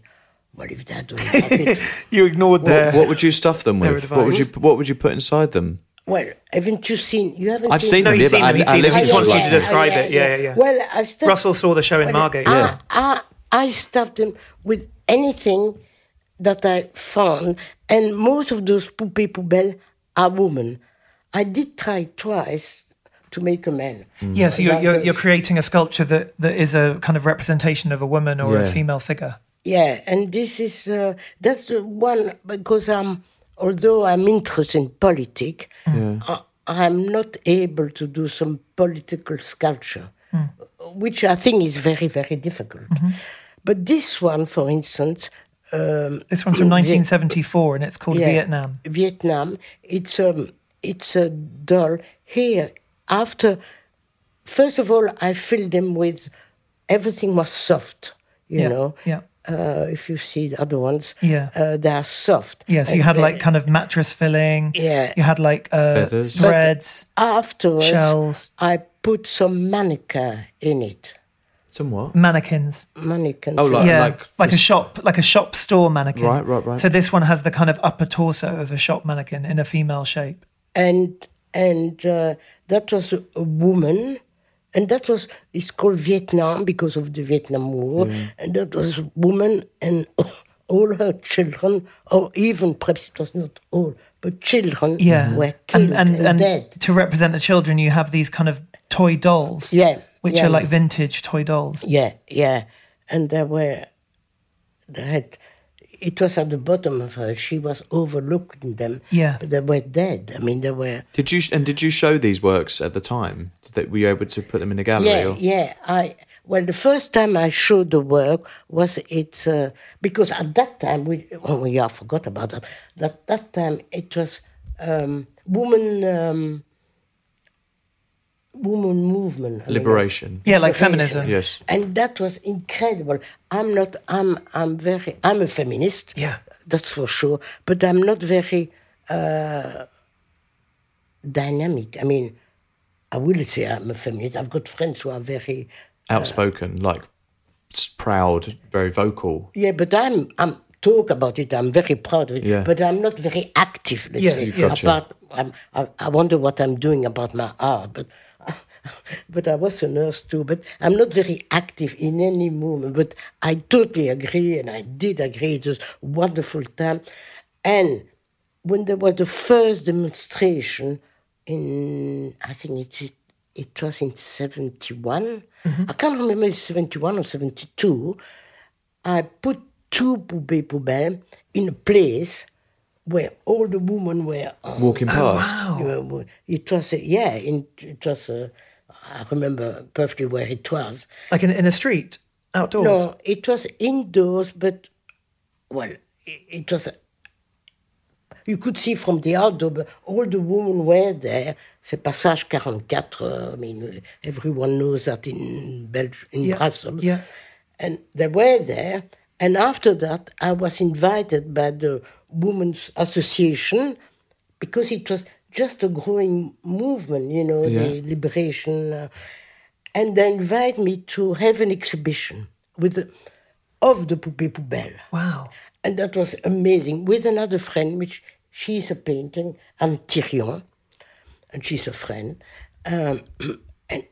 Speaker 7: well, if that don't
Speaker 6: <laughs>
Speaker 7: have it,
Speaker 6: You ignored
Speaker 5: What,
Speaker 6: the.
Speaker 5: what would you stuff them
Speaker 6: They're
Speaker 5: with? What would you What would you put inside them?
Speaker 7: well, haven't you seen? You haven't
Speaker 5: I've seen them.
Speaker 6: he's
Speaker 5: yeah, but
Speaker 6: seen
Speaker 5: I,
Speaker 6: them, he's
Speaker 5: I
Speaker 6: seen them.
Speaker 5: listened to
Speaker 6: I just wanted
Speaker 5: them.
Speaker 6: you to describe it. Yeah, yeah, yeah.
Speaker 7: Well, I stuffed,
Speaker 6: Russell saw the show in Margate.
Speaker 7: I,
Speaker 6: Yeah.
Speaker 7: I, I stuffed them with anything that I found, and most of those poupées poubelles are women. I did try twice to make a man.
Speaker 5: Mm.
Speaker 6: Yeah, so you're,
Speaker 7: Like
Speaker 6: you're,
Speaker 7: the-
Speaker 6: you're creating a sculpture that, that is a kind of representation of a woman or a
Speaker 5: Yeah.
Speaker 6: female figure.
Speaker 7: Yeah, and this is uh, that's the one because I'm although I'm interested in politics, I, I'm not able to do some political sculpture, which I think is very very difficult. But this one, for instance, um,
Speaker 6: This one's from 1974 and it's called
Speaker 7: yeah,
Speaker 6: Vietnam.
Speaker 7: Vietnam. It's um, it's a doll here. After, first of all, I filled them with everything was soft, you
Speaker 6: Yeah,
Speaker 7: know.
Speaker 6: yeah.
Speaker 7: Uh, if you see the other ones,
Speaker 6: Yeah.
Speaker 7: uh, they are soft.
Speaker 6: Yeah, so
Speaker 7: And
Speaker 6: you had
Speaker 7: they-
Speaker 6: like kind of mattress filling.
Speaker 7: Yeah.
Speaker 6: You had like uh,
Speaker 5: Feathers.
Speaker 6: threads.
Speaker 7: afterwards
Speaker 6: shells.
Speaker 7: I put some mannequin in it.
Speaker 5: Some what?
Speaker 6: Mannequins,
Speaker 7: Mannequin.
Speaker 5: Oh, like-
Speaker 6: yeah, like,
Speaker 5: like-
Speaker 6: a shop, like a shop store mannequin.
Speaker 5: Right, right, right.
Speaker 6: So this one has the kind of upper torso of a shop mannequin in a female shape.
Speaker 7: and and uh, that was a, a woman, and that was it's called Vietnam because of the Vietnam War, and that was a woman and <laughs> all her children, or even perhaps it was not all, but children
Speaker 5: Mm-hmm.
Speaker 6: Yeah,
Speaker 7: were killed and, dead.
Speaker 6: to represent the children, you have these kind of toy dolls.
Speaker 7: Yeah,
Speaker 6: which
Speaker 7: yeah.
Speaker 6: are like vintage toy dolls.
Speaker 7: Yeah, yeah, and there were they had. It was at the bottom of her. She was overlooking them.
Speaker 6: Yeah.
Speaker 7: but they were dead. I mean, they were.
Speaker 5: Did you and did you show these works at the time? Did they, were you able to put them in a gallery?
Speaker 7: Yeah,
Speaker 5: or?
Speaker 7: yeah. I well, the first time I showed the work was it uh, because at that time we oh well, yeah I forgot about that. That that time it was um, woman um, woman movement I mean,
Speaker 5: Liberation.
Speaker 6: Yeah, like
Speaker 7: liberation.
Speaker 6: feminism.
Speaker 5: Yes.
Speaker 7: and that was incredible. I'm not. I'm. I'm very. I'm a feminist.
Speaker 6: Yeah.
Speaker 7: that's for sure. But I'm not very uh, dynamic. I mean, I will say I'm a feminist. I've got friends who are very.
Speaker 5: Outspoken, like s- proud, very vocal.
Speaker 7: Yeah, but I'm. I'm talk about it. I'm very proud of it.
Speaker 5: Yeah.
Speaker 7: But I'm not very active. Let's
Speaker 6: Yes,
Speaker 7: say
Speaker 6: You
Speaker 5: gotcha.
Speaker 7: about. I'm, I, I wonder what I'm doing about my art, but. <laughs> But I was a nurse too. But I'm not very active in any movement. But I totally agree, and I did agree. It was a wonderful time. And when there was the first demonstration in, I think it it, it was in '71.
Speaker 5: Mm-hmm.
Speaker 7: I can't remember if '71 or '72. I put two poupées poubelles in a place where all the women were on.
Speaker 5: Walking past.
Speaker 7: You know, w- It was, a, yeah, in, it was, a, I remember perfectly where it was.
Speaker 6: Like in, in a street,
Speaker 5: Oh.
Speaker 6: outdoors.
Speaker 7: No, it was indoors, but, well, i- it was, a- you could see from the outdoor, but all the women were there. C'est Passage 44, uh, I mean, everyone knows that in, Belgium, in
Speaker 6: Yeah,
Speaker 7: Brussels.
Speaker 6: yeah.
Speaker 7: And they were there. And after that, I was invited by the Women's Association because it was just a growing movement, you know, the liberation. uh, and they invite me to have an exhibition with the, of the Poupée Poubelle.
Speaker 6: Wow.
Speaker 7: And that was amazing with another friend, which she's a painter, Anne Thirion, and she's a friend. Um, <clears throat> and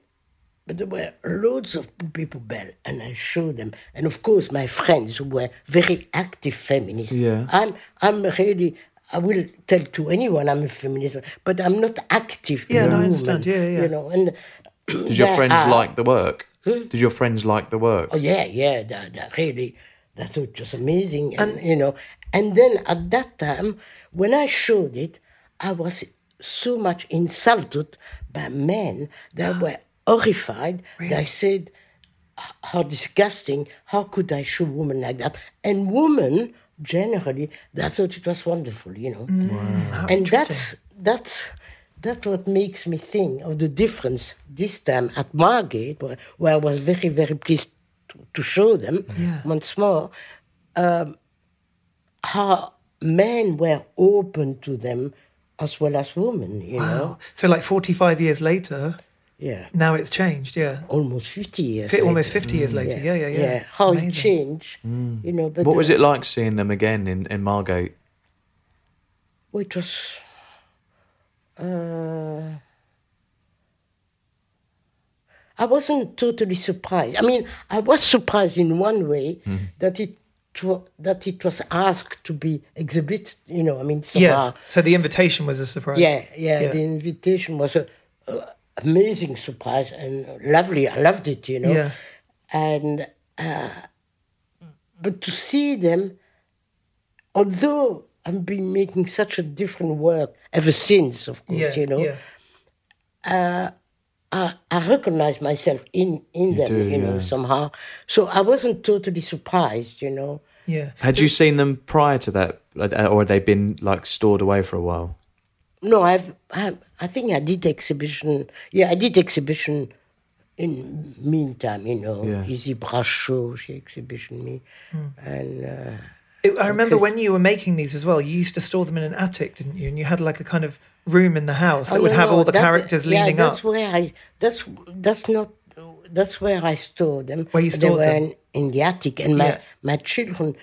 Speaker 7: but there were loads of poupées poubelles, and I showed them. And of course, my friends who were very active feminists.
Speaker 5: Yeah.
Speaker 7: I'm, I'm really, I will tell to anyone I'm a feminist, but I'm not active.
Speaker 6: Yeah,
Speaker 7: in
Speaker 6: no,
Speaker 7: the
Speaker 6: I understand.
Speaker 7: movement,
Speaker 6: Yeah, yeah.
Speaker 7: You know, and
Speaker 5: Did your friends
Speaker 7: like?
Speaker 5: like the work? Did your friends like the work?
Speaker 7: uh, Oh yeah, yeah, that, that really, that was just amazing, and, you know. And then at that time, when I showed it, I was so much insulted by men that were horrified. They said, "H- "How disgusting! How could I show women like that?" And women generally, they thought it was wonderful, you know. And that's that's that's what makes me think of the difference this time at Margate, where, where I was very, very pleased to, to show them once more, um, how men were open to them as well as women, you know?
Speaker 6: So, like 45 years later,
Speaker 7: Yeah.
Speaker 6: now it's changed. Yeah.
Speaker 7: Almost 50 years.
Speaker 6: Fi- Almost
Speaker 7: later. Mm.
Speaker 6: 50 years later. Yeah, yeah, yeah.
Speaker 7: How it
Speaker 6: Amazing. Mm.
Speaker 7: changed, you know. But
Speaker 5: What was it like seeing them again in, in Margate?
Speaker 7: Well, it was. Uh, I wasn't totally surprised. I mean, I was surprised in one way
Speaker 6: Mm.
Speaker 7: that it wa- that it was asked to be exhibit. You know, I mean, so
Speaker 6: Yes. So the invitation was a surprise.
Speaker 7: yeah, yeah,
Speaker 6: Yeah.
Speaker 7: The invitation was a, a amazing surprise and lovely. I loved it. You know,
Speaker 6: Yeah.
Speaker 7: and uh, but to see them, although I've been making such a different work ever since, of course,
Speaker 6: Yeah,
Speaker 7: you know,
Speaker 6: yeah.
Speaker 7: I, I recognize myself in in them,
Speaker 5: do,
Speaker 7: you know,
Speaker 5: yeah.
Speaker 7: somehow. So I wasn't totally surprised, you know.
Speaker 6: Yeah.
Speaker 5: Had you seen them prior to that, Like, uh, or had they been like stored away for a while?
Speaker 7: No, I've, i I think I did exhibition. Yeah, I did exhibition. In meantime, you know,
Speaker 5: Yeah.
Speaker 7: Izzy Brasho, she exhibition me,
Speaker 6: Hmm.
Speaker 7: and uh,
Speaker 6: It- I remember when you were making these as well, you used to store them in an attic, didn't you? And you had like a kind of room in the house that
Speaker 7: Oh,
Speaker 6: would
Speaker 7: no,
Speaker 6: have
Speaker 7: no,
Speaker 6: all the
Speaker 7: that-
Speaker 6: characters
Speaker 7: yeah,
Speaker 6: leaning
Speaker 7: that's
Speaker 6: up.
Speaker 7: where I. That's that's not. That's where I store them.
Speaker 6: Where you
Speaker 7: they
Speaker 6: stored
Speaker 7: were
Speaker 6: them?
Speaker 7: In, in the attic, and my
Speaker 6: Yeah.
Speaker 7: my children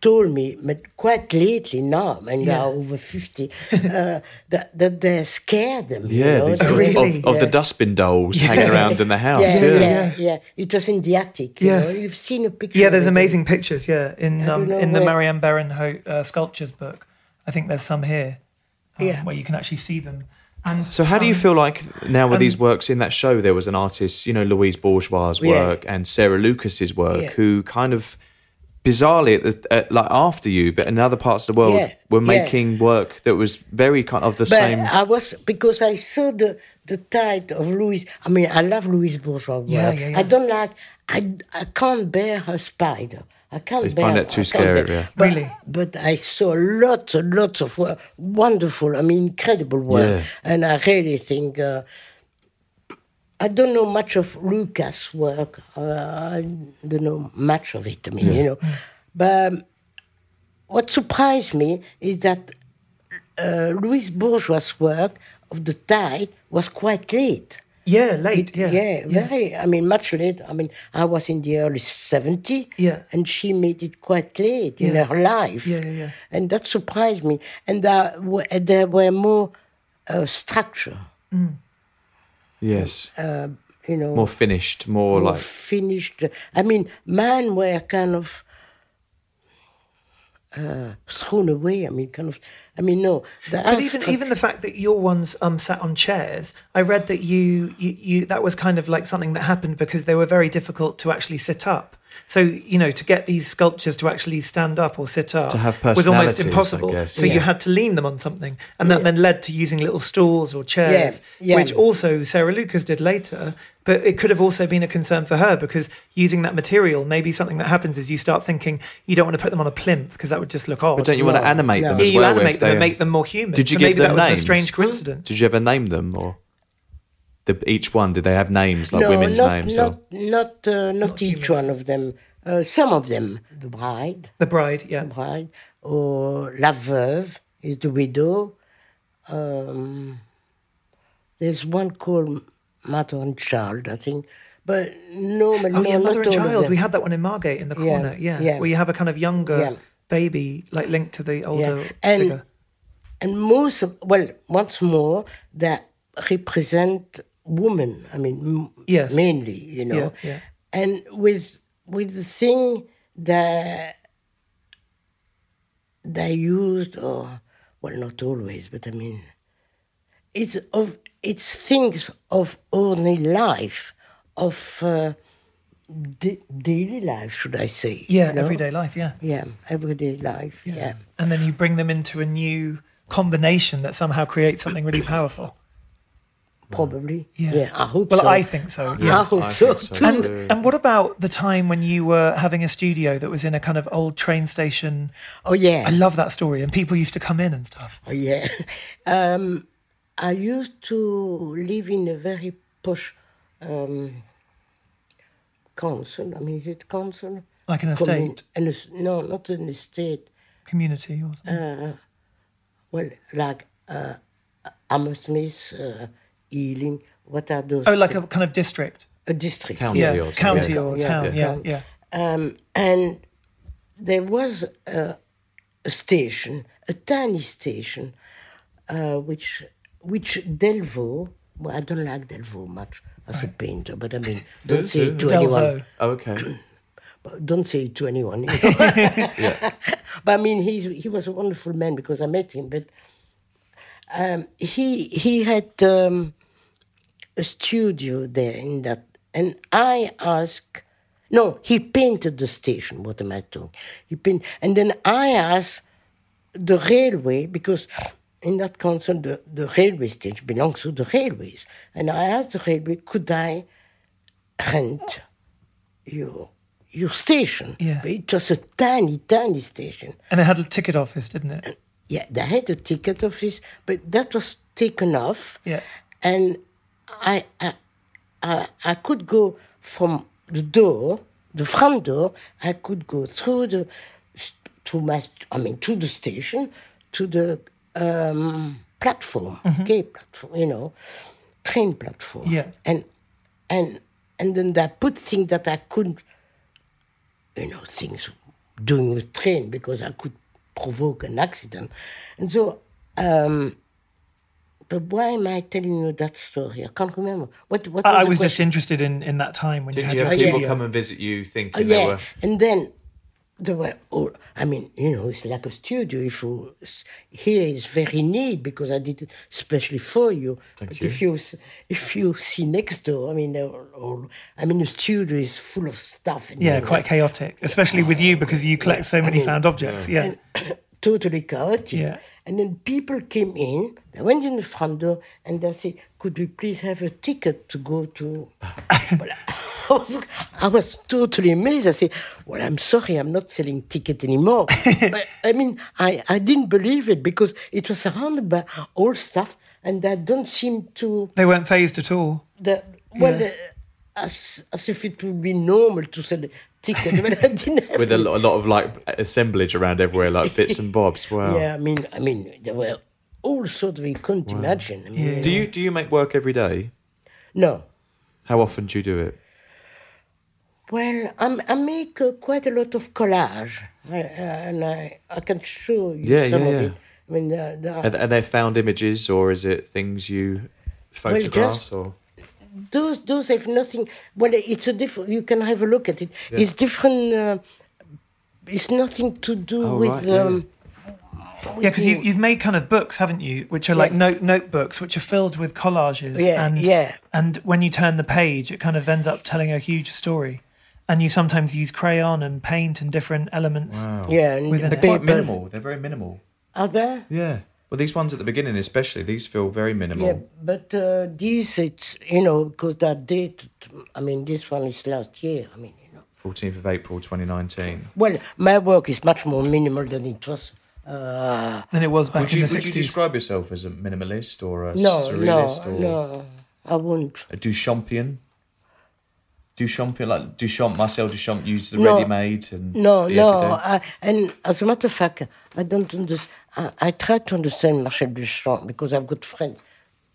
Speaker 7: told me, but quite lately now, when they
Speaker 6: Yeah.
Speaker 7: are over fifty, <laughs> uh, that that they scare them. you
Speaker 5: Yeah,
Speaker 7: know,
Speaker 5: these,
Speaker 7: that
Speaker 5: of-
Speaker 7: they-
Speaker 6: Oh, really?
Speaker 5: of, of the
Speaker 7: <laughs> Yeah.
Speaker 5: dustbin dolls hanging around in the house.
Speaker 7: Yeah,
Speaker 5: Yeah,
Speaker 7: yeah, yeah, It was in the attic. You
Speaker 6: Yes.
Speaker 7: know? you've seen a picture.
Speaker 6: Yeah, there's
Speaker 7: of it.
Speaker 6: amazing pictures. Yeah, in
Speaker 7: don't
Speaker 6: um,
Speaker 7: know
Speaker 6: in the
Speaker 7: where-
Speaker 6: Marianne Barron Ho- uh, sculptures book, I think there's some here um,
Speaker 7: Yeah.
Speaker 6: where you can actually see them. And
Speaker 5: So how do you
Speaker 6: um,
Speaker 5: feel like now with these works in that show there was an artist, you know, Louise Bourgeois'
Speaker 7: Yeah.
Speaker 5: work and Sarah Lucas's work
Speaker 7: Yeah.
Speaker 5: who kind of bizarrely at the, at, like after you but in other parts of the world
Speaker 7: Yeah,
Speaker 5: were
Speaker 7: yeah.
Speaker 5: making work that was very kind of the
Speaker 7: But
Speaker 5: same
Speaker 6: um,
Speaker 7: I was because I saw the the tide of Louise. I mean, I love Louise Bourgeois.
Speaker 6: Yeah,
Speaker 7: work.
Speaker 6: yeah, yeah.
Speaker 7: I don't like. I I can't bear her spider. I can't
Speaker 5: You
Speaker 7: bear.
Speaker 5: find that too
Speaker 7: I can't
Speaker 5: scary,
Speaker 7: bear-
Speaker 5: yeah.
Speaker 7: But,
Speaker 6: Really?
Speaker 7: But I saw lots and lots of work, wonderful. I mean, incredible work.
Speaker 5: Yeah.
Speaker 7: And I really think. Uh, I don't know much of Lucas' work. Uh, I don't know much of it. I mean, you know, but um, what surprised me is that uh, Louis Bourgeois' work of the tide was quite late.
Speaker 6: Yeah, late. Yeah,
Speaker 7: very. I mean, much late. I mean, I was in the early 70s,
Speaker 6: Yeah.
Speaker 7: and she made it quite late in
Speaker 6: Yeah.
Speaker 7: her life.
Speaker 6: Yeah, yeah, yeah.
Speaker 7: And that surprised me. And there were, there were more uh, structure,
Speaker 5: yes
Speaker 6: um,
Speaker 7: you know.
Speaker 5: more finished more
Speaker 7: more
Speaker 5: like
Speaker 7: finished. I mean, mine were kind of uh, thrown away. I mean, kind of. I mean, no. The
Speaker 6: But even even the fact that your ones um sat on chairs, I read that you, you you that was kind of like something that happened because they were very difficult to actually sit up. So you know to get these sculptures to actually stand up or sit up
Speaker 5: To have
Speaker 6: was almost
Speaker 5: personalities, I
Speaker 6: impossible.
Speaker 5: guess,
Speaker 6: so you
Speaker 5: yeah.
Speaker 6: had to lean them on something, and that then led to using little stools or chairs,
Speaker 7: yeah.
Speaker 6: which also Sarah Lucas did later. But it could have also been a concern for her because using that material, maybe something that happens is you start thinking you don't want to put them on a plinth because that would just look odd.
Speaker 5: but don't you want to animate
Speaker 7: no.
Speaker 5: them
Speaker 6: Yeah,
Speaker 5: as
Speaker 6: you
Speaker 5: well
Speaker 6: animate
Speaker 5: if
Speaker 6: them and
Speaker 5: they-
Speaker 6: make them more human.
Speaker 5: Did you
Speaker 6: so
Speaker 5: give
Speaker 6: maybe
Speaker 5: them
Speaker 6: that was
Speaker 5: names?
Speaker 6: a strange coincidence.
Speaker 5: Did you ever name them or the, each one did they have names like
Speaker 7: no,
Speaker 5: women's
Speaker 7: not,
Speaker 5: names
Speaker 7: Not,
Speaker 5: or
Speaker 7: not, uh, not, each one of them. Uh, some of them, the bride,
Speaker 6: The bride, yeah.
Speaker 7: bride, or la veuve is the widow. Um, there's one called mother and child, I think. But no, but
Speaker 6: Oh,
Speaker 7: no,
Speaker 6: yeah, mother and
Speaker 7: not all of
Speaker 6: child.
Speaker 7: them.
Speaker 6: We had that one in Margate in the
Speaker 7: Yeah,
Speaker 6: corner, yeah,
Speaker 7: yeah.
Speaker 6: where you have a kind of younger
Speaker 7: Yeah.
Speaker 6: baby, like linked to the older
Speaker 7: Yeah. And,
Speaker 6: figure.
Speaker 7: and most of, well, once more, that represent women, I mean, m-
Speaker 6: Yes.
Speaker 7: mainly, you know.
Speaker 6: Yeah, yeah.
Speaker 7: And with, with the thing that they used, or, well, not always, but I mean, it's of it's things of ordinary life, of uh, da- daily life, should I say?
Speaker 6: Yeah,
Speaker 7: you know?
Speaker 6: everyday life, yeah.
Speaker 7: Yeah, everyday life. Yeah.
Speaker 6: And then you bring them into a new combination that somehow creates something really powerful.
Speaker 7: probably.
Speaker 6: Yeah.
Speaker 7: Yeah. I hope
Speaker 6: Well,
Speaker 7: so.
Speaker 6: I think so.
Speaker 7: I hope
Speaker 5: I
Speaker 7: so.
Speaker 5: think so
Speaker 7: too.
Speaker 6: And,
Speaker 5: Yeah.
Speaker 6: and what about the time when you were having a studio that was in a kind of old train station?
Speaker 7: oh yeah.
Speaker 6: I love that story. And people used to come in and stuff.
Speaker 7: Oh, yeah. Um, I used to live in a very posh um, council. I mean, is it council?
Speaker 6: Like an
Speaker 7: Commun-
Speaker 6: estate.
Speaker 7: an es- no, not an estate.
Speaker 6: Community or something.
Speaker 7: Well, like uh, Hammersmith, uh, Ealing. What are those?
Speaker 6: oh, like a
Speaker 7: thi-
Speaker 6: kind of district.
Speaker 7: a district.
Speaker 5: County
Speaker 6: Yeah.
Speaker 5: or something.
Speaker 6: county
Speaker 5: Yeah.
Speaker 6: or
Speaker 7: Yeah.
Speaker 6: town. Yeah.
Speaker 7: Yeah.
Speaker 6: Yeah.
Speaker 7: Um, and there was a, a station, a tiny station, uh, which which Delvaux. Well, I don't like Delvaux much as a painter, but I mean, don't say it to anyone.
Speaker 6: Delvo.
Speaker 5: Oh, okay.
Speaker 7: Don't say it to anyone. you know. <laughs> But I mean, he's, he was a wonderful man because I met him. But um, he he had um, a studio there in that, and I asked. No, he painted the station. What am I talking? He paint, and then I asked the railway because in that council the, the railway station belongs to the railways, and I asked the railway, could I rent your your station?
Speaker 6: Yeah.
Speaker 7: But It was a tiny, tiny station.
Speaker 6: And it had a ticket office, didn't it?
Speaker 7: Yeah, they had a ticket office, but that was taken off.
Speaker 6: Yeah.
Speaker 7: And I, I, I, I could go from the door, the front door, I could go through the, to my, I mean, to the station, to the um, platform, gay platform, you know, train platform.
Speaker 6: Yeah.
Speaker 7: And, and, and then they put things that I couldn't you know, things doing with train because I could provoke an accident. And so, um, but why am I telling you that story? I can't remember. What, what
Speaker 6: I, I
Speaker 7: the
Speaker 6: was just
Speaker 7: question?
Speaker 6: interested in, in that time when you
Speaker 5: Didn't
Speaker 6: had
Speaker 5: you
Speaker 6: your
Speaker 5: have
Speaker 7: yeah.
Speaker 5: people
Speaker 6: studio.
Speaker 5: come and visit you thinking
Speaker 7: Oh,
Speaker 5: they
Speaker 7: yeah.
Speaker 5: were.
Speaker 7: And then there were all, I mean, you know, it's like a studio. If you, s- here is very neat because I did it especially for you.
Speaker 5: Thank
Speaker 7: but
Speaker 5: you.
Speaker 7: If you s- if you see next door, I mean, they're all, all- I mean, the studio is full of stuff. and
Speaker 6: Yeah,
Speaker 7: then-
Speaker 6: quite chaotic, especially with you because you collect so
Speaker 7: Mm-hmm.
Speaker 6: many found objects. Yeah.
Speaker 7: <coughs> totally chaotic.
Speaker 6: Yeah.
Speaker 7: And then people came in, they went in the front door, and they said, Could we please have a ticket to go
Speaker 6: <laughs>
Speaker 7: to. well, <laughs> I was, I was totally amazed. I said, Well, I'm sorry, I'm not selling
Speaker 6: <laughs>
Speaker 7: ticket anymore. but I mean, I, I didn't believe it because it was surrounded by all stuff, and that don't seem to.
Speaker 6: They weren't phased at all.
Speaker 7: The, well,
Speaker 6: Yeah.
Speaker 7: uh, as, as if it would be normal to sell a ticket. <laughs> but I didn't have
Speaker 5: With a lo- a lot of like assemblage around everywhere,
Speaker 7: <laughs>
Speaker 5: like bits and bobs. Wow.
Speaker 7: Yeah, I mean, I mean, there were all sorts we couldn't imagine. I mean,
Speaker 5: Do you do you make work every day?
Speaker 7: No,
Speaker 5: How often do you do it?
Speaker 7: well, I'm, I make uh, quite a lot of collage, I, uh, and I, I can show you
Speaker 5: Yeah,
Speaker 7: some
Speaker 5: yeah,
Speaker 7: of
Speaker 5: yeah.
Speaker 7: it. I mean, the, the,
Speaker 5: Are, are they found images or is it things you photographs or?
Speaker 7: those those have nothing. Well, it's a different. You can have a look at it. It's different. Uh, it's nothing to do
Speaker 5: Oh,
Speaker 7: with.
Speaker 5: right, yeah.
Speaker 7: um,
Speaker 6: Yeah, because you've, you've made kind of books, haven't you? Which are like note notebooks, which are filled with collages.
Speaker 7: Yeah,
Speaker 6: and,
Speaker 7: yeah.
Speaker 6: And when you turn the page, it kind of ends up telling a huge story. And you sometimes use crayon and paint and different elements.
Speaker 7: yeah, and
Speaker 6: Within
Speaker 7: the
Speaker 6: it.
Speaker 5: Quite
Speaker 7: paper.
Speaker 5: minimal. They're very minimal.
Speaker 7: Are there?
Speaker 5: Yeah. Well, these ones at the beginning, especially, these feel very minimal.
Speaker 7: Yeah, but uh, these, it's you know, because that date. I mean, this one is last year. I mean, you know.
Speaker 5: 14th of April 2019.
Speaker 7: Well, my work is much more minimal than it was. Uh,
Speaker 6: Than it was back
Speaker 5: Would
Speaker 6: in
Speaker 5: you,
Speaker 6: the
Speaker 5: would you
Speaker 6: 60s.
Speaker 5: describe yourself as a minimalist or a
Speaker 7: no, no,
Speaker 5: surrealist or
Speaker 7: no, I wouldn't.
Speaker 5: a Duchampian? Duchampian, like Duchamp, Marcel Duchamp used the
Speaker 7: No.
Speaker 5: ready-made and
Speaker 7: No,
Speaker 5: the
Speaker 7: no.
Speaker 5: everyday.
Speaker 7: I, and as a matter of fact, I don't understand. I, I try to understand Marcel Duchamp because I've got friends.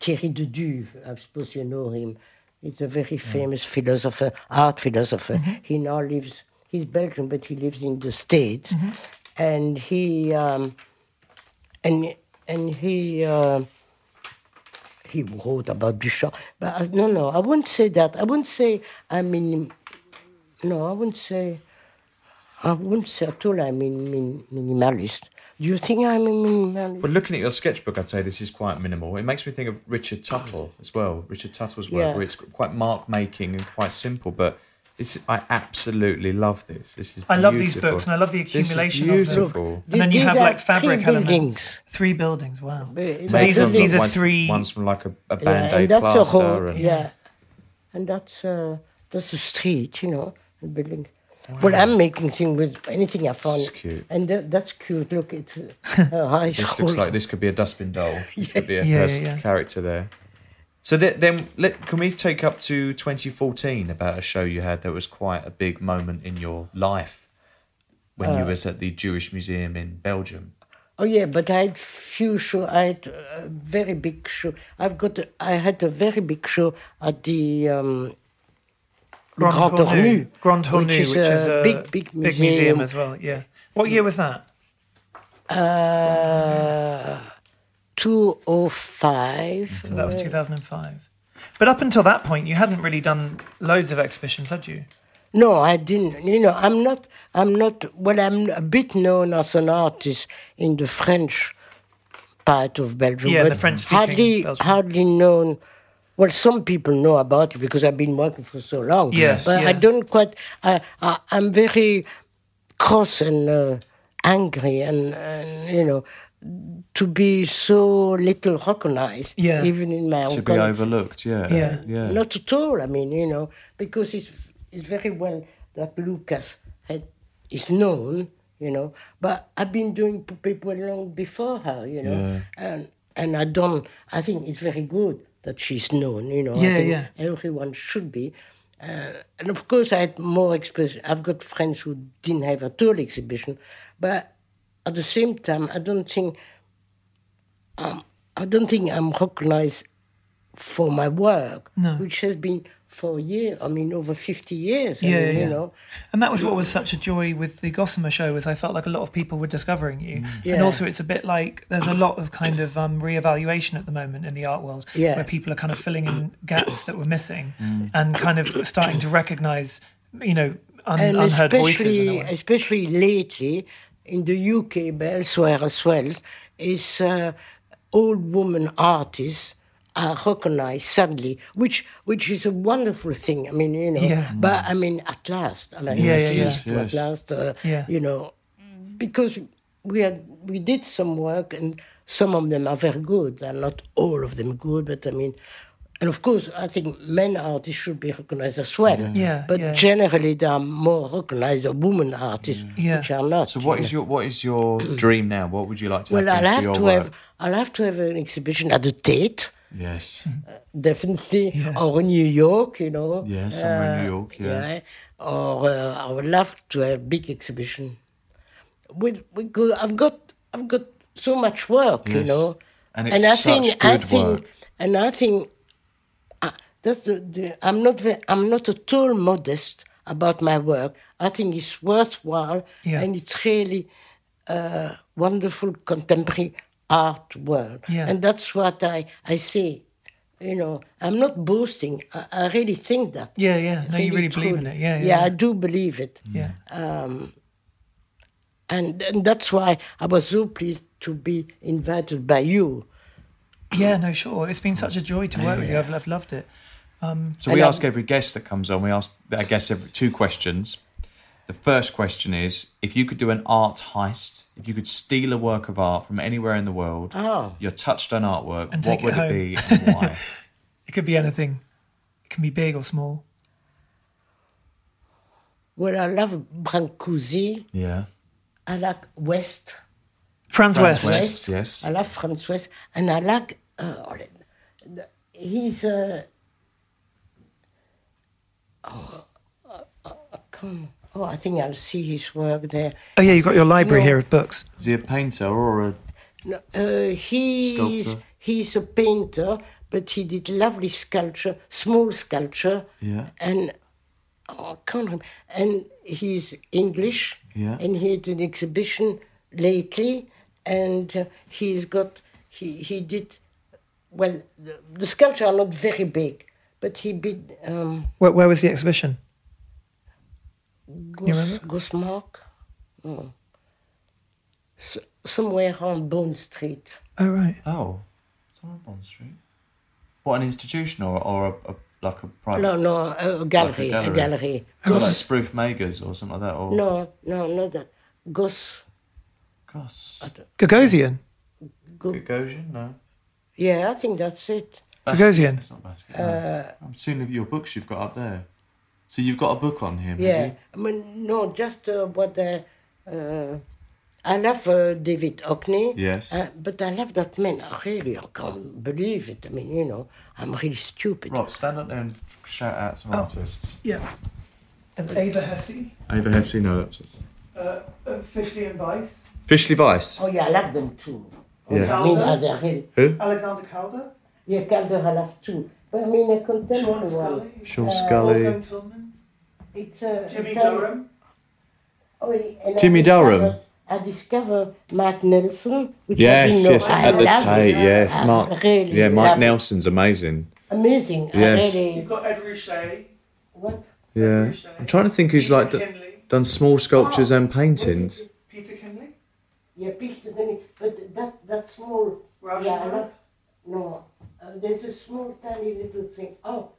Speaker 7: Thierry Duduve, I suppose you know him. He's a very
Speaker 5: Mm.
Speaker 7: famous philosopher, art philosopher.
Speaker 5: Mm-hmm.
Speaker 7: He now lives, he's Belgian, but he lives in the States.
Speaker 5: Mm-hmm.
Speaker 7: And he, um, and, and he, um, he wrote about Duchamp. But I, no, no, I wouldn't say that. I wouldn't say I mean, no, I wouldn't say. I wouldn't say at all I'm min, min, minimalist, You think I'm a minimalist?
Speaker 5: But looking at your sketchbook, I'd say this is quite minimal. It makes me think of Richard Tuttle as well. Richard Tuttle's work,
Speaker 7: Yeah.
Speaker 5: where it's quite mark making and quite simple, but. This, I absolutely love this. This is
Speaker 6: I love these
Speaker 5: beautiful.
Speaker 6: books and I love the
Speaker 5: This is
Speaker 6: accumulation of them.
Speaker 5: beautiful.
Speaker 6: And then you
Speaker 7: These
Speaker 6: have
Speaker 7: are
Speaker 6: like fabric
Speaker 7: three
Speaker 6: elements.
Speaker 7: buildings.
Speaker 6: Three buildings. Wow.
Speaker 7: It's
Speaker 6: So
Speaker 5: Made
Speaker 6: these are
Speaker 5: from,
Speaker 6: these
Speaker 5: like,
Speaker 6: are
Speaker 5: one-
Speaker 6: three.
Speaker 5: One's from like a, a
Speaker 7: Yeah,
Speaker 5: band aid
Speaker 7: and that's a
Speaker 5: plaster.
Speaker 7: whole,
Speaker 5: and,
Speaker 7: yeah, and that's uh, that's a street, you know, the building. Well, I'm making things with anything I find,
Speaker 5: is cute.
Speaker 7: and that, that's cute. Look, it's a high
Speaker 5: <laughs>
Speaker 7: school.
Speaker 5: This looks like this could be a dustbin
Speaker 6: <laughs>
Speaker 5: doll. This could be a
Speaker 6: Yeah, yeah,
Speaker 5: person-
Speaker 6: yeah.
Speaker 5: character there. So th- then, let, can we take up to 2014 about a show you had that was quite a big moment in your life when
Speaker 6: Uh,
Speaker 5: you was at the Jewish Museum in Belgium?
Speaker 7: Oh yeah, but I had few show. I had a very big show. I've got. A, I had a very big show at the um,
Speaker 6: Grand
Speaker 7: Grand
Speaker 6: Hornu.
Speaker 7: Ornu,
Speaker 6: Grand Hornu,
Speaker 7: which is a big, big
Speaker 6: museum.
Speaker 7: museum.
Speaker 6: as well. Yeah. What year was that?
Speaker 7: uh, two oh five.
Speaker 6: So that was 2005. But up until that point, you hadn't really done loads of exhibitions, had you?
Speaker 7: No, I didn't. You know, I'm not. I'm not. Well, I'm a bit known as an artist in the French part of Belgium.
Speaker 6: Yeah, the
Speaker 7: but
Speaker 6: French-speaking
Speaker 7: hardly,
Speaker 6: Belgium.
Speaker 7: hardly known. Well, some people know about it because I've been working for so long.
Speaker 6: Yes,
Speaker 7: but
Speaker 6: yeah.
Speaker 7: I don't quite. I, I, I'm very cross and uh, angry, and, and you know, to be so little recognized,
Speaker 6: Yeah.
Speaker 7: even in my own
Speaker 5: To be
Speaker 7: country.
Speaker 5: overlooked, yeah,
Speaker 6: Oh, Yeah.
Speaker 7: Not at all. I mean, you know, because it's it's very well that Lucas had is known, you know. But I've been doing people long before her, you know, and and I don't. I think it's very good that she's known, you know.
Speaker 6: Yeah,
Speaker 7: I think
Speaker 6: yeah.
Speaker 7: Everyone should be. Uh, and of course, I had more exhibition. I've got friends who didn't have at all exhibition, but at the same time, I don't think I don't think I'm recognized for my work, which has been for years. I mean, over 50 years. I
Speaker 6: Yeah,
Speaker 7: mean,
Speaker 6: yeah,
Speaker 7: you
Speaker 6: yeah.
Speaker 7: know.
Speaker 6: And that was what was such a joy with the Gossamer show was I felt like a lot of people were discovering you, and
Speaker 7: Yeah.
Speaker 6: also it's a bit like there's a lot of kind of um, reevaluation at the moment in the art world,
Speaker 7: Yeah.
Speaker 6: where people are kind of filling in gaps that were missing, and kind of starting to recognise, you know, un-
Speaker 7: And
Speaker 6: unheard voices. In a
Speaker 7: especially,
Speaker 6: way.
Speaker 7: especially lately, in the UK, but elsewhere as well, is uh, old woman artists are recognized suddenly, which which is a wonderful thing. I mean, you know.
Speaker 6: Yeah.
Speaker 7: But I mean, at last, I mean,
Speaker 6: Yeah,
Speaker 7: at
Speaker 6: yeah, yeah.
Speaker 7: least
Speaker 5: Yes.
Speaker 7: at last, uh,
Speaker 6: Yeah.
Speaker 7: you know, because we had we did some work and some of them are very good and not all of them good but i mean and of course i think men artists should be recognized as well
Speaker 6: Yeah,
Speaker 7: but
Speaker 6: yeah.
Speaker 7: generally they are more recognized than women artists
Speaker 6: Yeah.
Speaker 7: which are not
Speaker 5: So what is your what is your <clears throat> dream now? What would you like to?
Speaker 7: well
Speaker 5: happen
Speaker 7: i'll
Speaker 5: for
Speaker 7: have
Speaker 5: your
Speaker 7: to
Speaker 5: work?
Speaker 7: have i'll have to have an exhibition at the tate
Speaker 5: yes,
Speaker 6: <laughs>
Speaker 5: <laughs>
Speaker 7: definitely or new york you know Uh,
Speaker 5: yeah, somewhere in New York, yeah.
Speaker 7: yeah. Or uh, I would love to have big exhibition. We, we go, I've got I've got so much work, you
Speaker 5: Yes.
Speaker 7: know.
Speaker 5: And it's such
Speaker 7: I
Speaker 5: good
Speaker 7: think
Speaker 5: work.
Speaker 7: and I think uh, that's the, the, I'm not ve I'm not at all modest about my work. I think it's worthwhile
Speaker 6: Yeah.
Speaker 7: and it's really uh, wonderful contemporary art world.
Speaker 6: Yeah.
Speaker 7: And that's what I, I say. You know, I'm not boasting. I, I really think that.
Speaker 6: Yeah, yeah. No, you really believe
Speaker 7: could.
Speaker 6: in it. Yeah, yeah,
Speaker 7: yeah.
Speaker 6: yeah.
Speaker 7: I do believe it.
Speaker 6: yeah.
Speaker 7: And, and that's why I was so pleased to be invited by you.
Speaker 6: Yeah, no, sure. It's been such a joy to work with you. I've, I've loved it.
Speaker 5: So we
Speaker 7: And, um,
Speaker 5: ask every guest that comes on. We ask our guests every, two questions. The first question is: If you could do an art heist, if you could steal a work of art from anywhere in the world,
Speaker 7: Oh.
Speaker 5: your touchstone artwork, what
Speaker 6: And take it
Speaker 5: would it
Speaker 6: home.
Speaker 5: be and
Speaker 7: <laughs>
Speaker 5: why?
Speaker 6: It could be anything. It can be big or small.
Speaker 7: Well, I love Brancusi.
Speaker 5: yeah,
Speaker 7: I like West.
Speaker 6: Franz, West.
Speaker 5: West. yes.
Speaker 7: I love Franz West. And I like. Uh, he's a. Oh, uh, uh, come- oh, I think I'll see his work there.
Speaker 6: Oh yeah, you've got your library
Speaker 7: No.
Speaker 6: here of books.
Speaker 5: is he a painter or a?
Speaker 7: No, uh, he's
Speaker 5: Sculptor.
Speaker 7: he's a painter, but he did lovely sculpture, small sculpture.
Speaker 5: Yeah.
Speaker 7: And oh, I can't remember. And he's English.
Speaker 5: Yeah.
Speaker 7: And he had an exhibition lately, and uh, he's got he he did well. The, the sculpture are not very big, but he did um,
Speaker 6: Where, where was the exhibition?
Speaker 7: Gos, Gosmark. oh, somewhere on Bond Street.
Speaker 6: Oh, right.
Speaker 5: Oh, it's on Bond Street. What an institution or or a, a like a private
Speaker 7: No, no,
Speaker 5: Ah,
Speaker 7: a gallery,
Speaker 5: like
Speaker 7: a gallery.
Speaker 5: So like Spruce Magers or something like that. Or
Speaker 7: No, no, not that. Goss,
Speaker 5: Goss.
Speaker 6: Gagosian.
Speaker 7: go,
Speaker 5: Gagosian? No.
Speaker 7: yeah, I think that's it.
Speaker 5: Mhm.
Speaker 6: Gagosian.
Speaker 5: It's not basket. no.
Speaker 7: Uh,
Speaker 5: I'm seeing your books you've got up there. So you've got a book on him. have
Speaker 7: Yeah,
Speaker 5: you?
Speaker 7: I mean, no, just uh, what the. Uh, I love uh, David Hockney.
Speaker 5: Yes.
Speaker 7: Uh, but I love that man. Really, I can't believe it. I mean, you know, I'm really stupid.
Speaker 5: Rob, stand up there and shout out some
Speaker 7: Oh.
Speaker 5: artists.
Speaker 6: Yeah. There's Ava Hesse,
Speaker 5: Ava Hesse, no, that's it.
Speaker 6: uh, officially and Vice.
Speaker 5: Fishley Vice.
Speaker 7: Oh, yeah, I love them too.
Speaker 5: Yeah.
Speaker 7: I mean, are they really?
Speaker 5: Who?
Speaker 6: Alexander Calder.
Speaker 7: Yeah, Calder, I love too. But I mean, a contemporary one.
Speaker 5: Sean Scully.
Speaker 7: It's uh,
Speaker 6: uh, Jimmy
Speaker 7: Cal-
Speaker 6: Durham.
Speaker 7: Oh, and I
Speaker 5: Jimmy
Speaker 7: discovered-
Speaker 5: Durham.
Speaker 7: I discovered Mark Nelson, which I
Speaker 5: Yes,
Speaker 7: didn't know.
Speaker 5: yes,
Speaker 7: I
Speaker 5: at the
Speaker 7: love
Speaker 5: Tate,
Speaker 7: him.
Speaker 5: yes.
Speaker 7: I
Speaker 5: Mark,
Speaker 7: really
Speaker 5: yeah, Mike
Speaker 7: love him.
Speaker 5: Nelson's amazing.
Speaker 7: Amazing.
Speaker 5: Yes.
Speaker 7: I really,
Speaker 6: got Ed Ruscha.
Speaker 7: what?
Speaker 5: Yeah. I'm trying to think who's like d-
Speaker 6: Kinley.
Speaker 5: done small sculptures and paintings.
Speaker 6: Peter Kinley.
Speaker 7: Yeah, picture many, but that that small.
Speaker 6: Rauschenberg?
Speaker 7: Yeah, I love, no, uh, there's a small tiny little thing. Oh.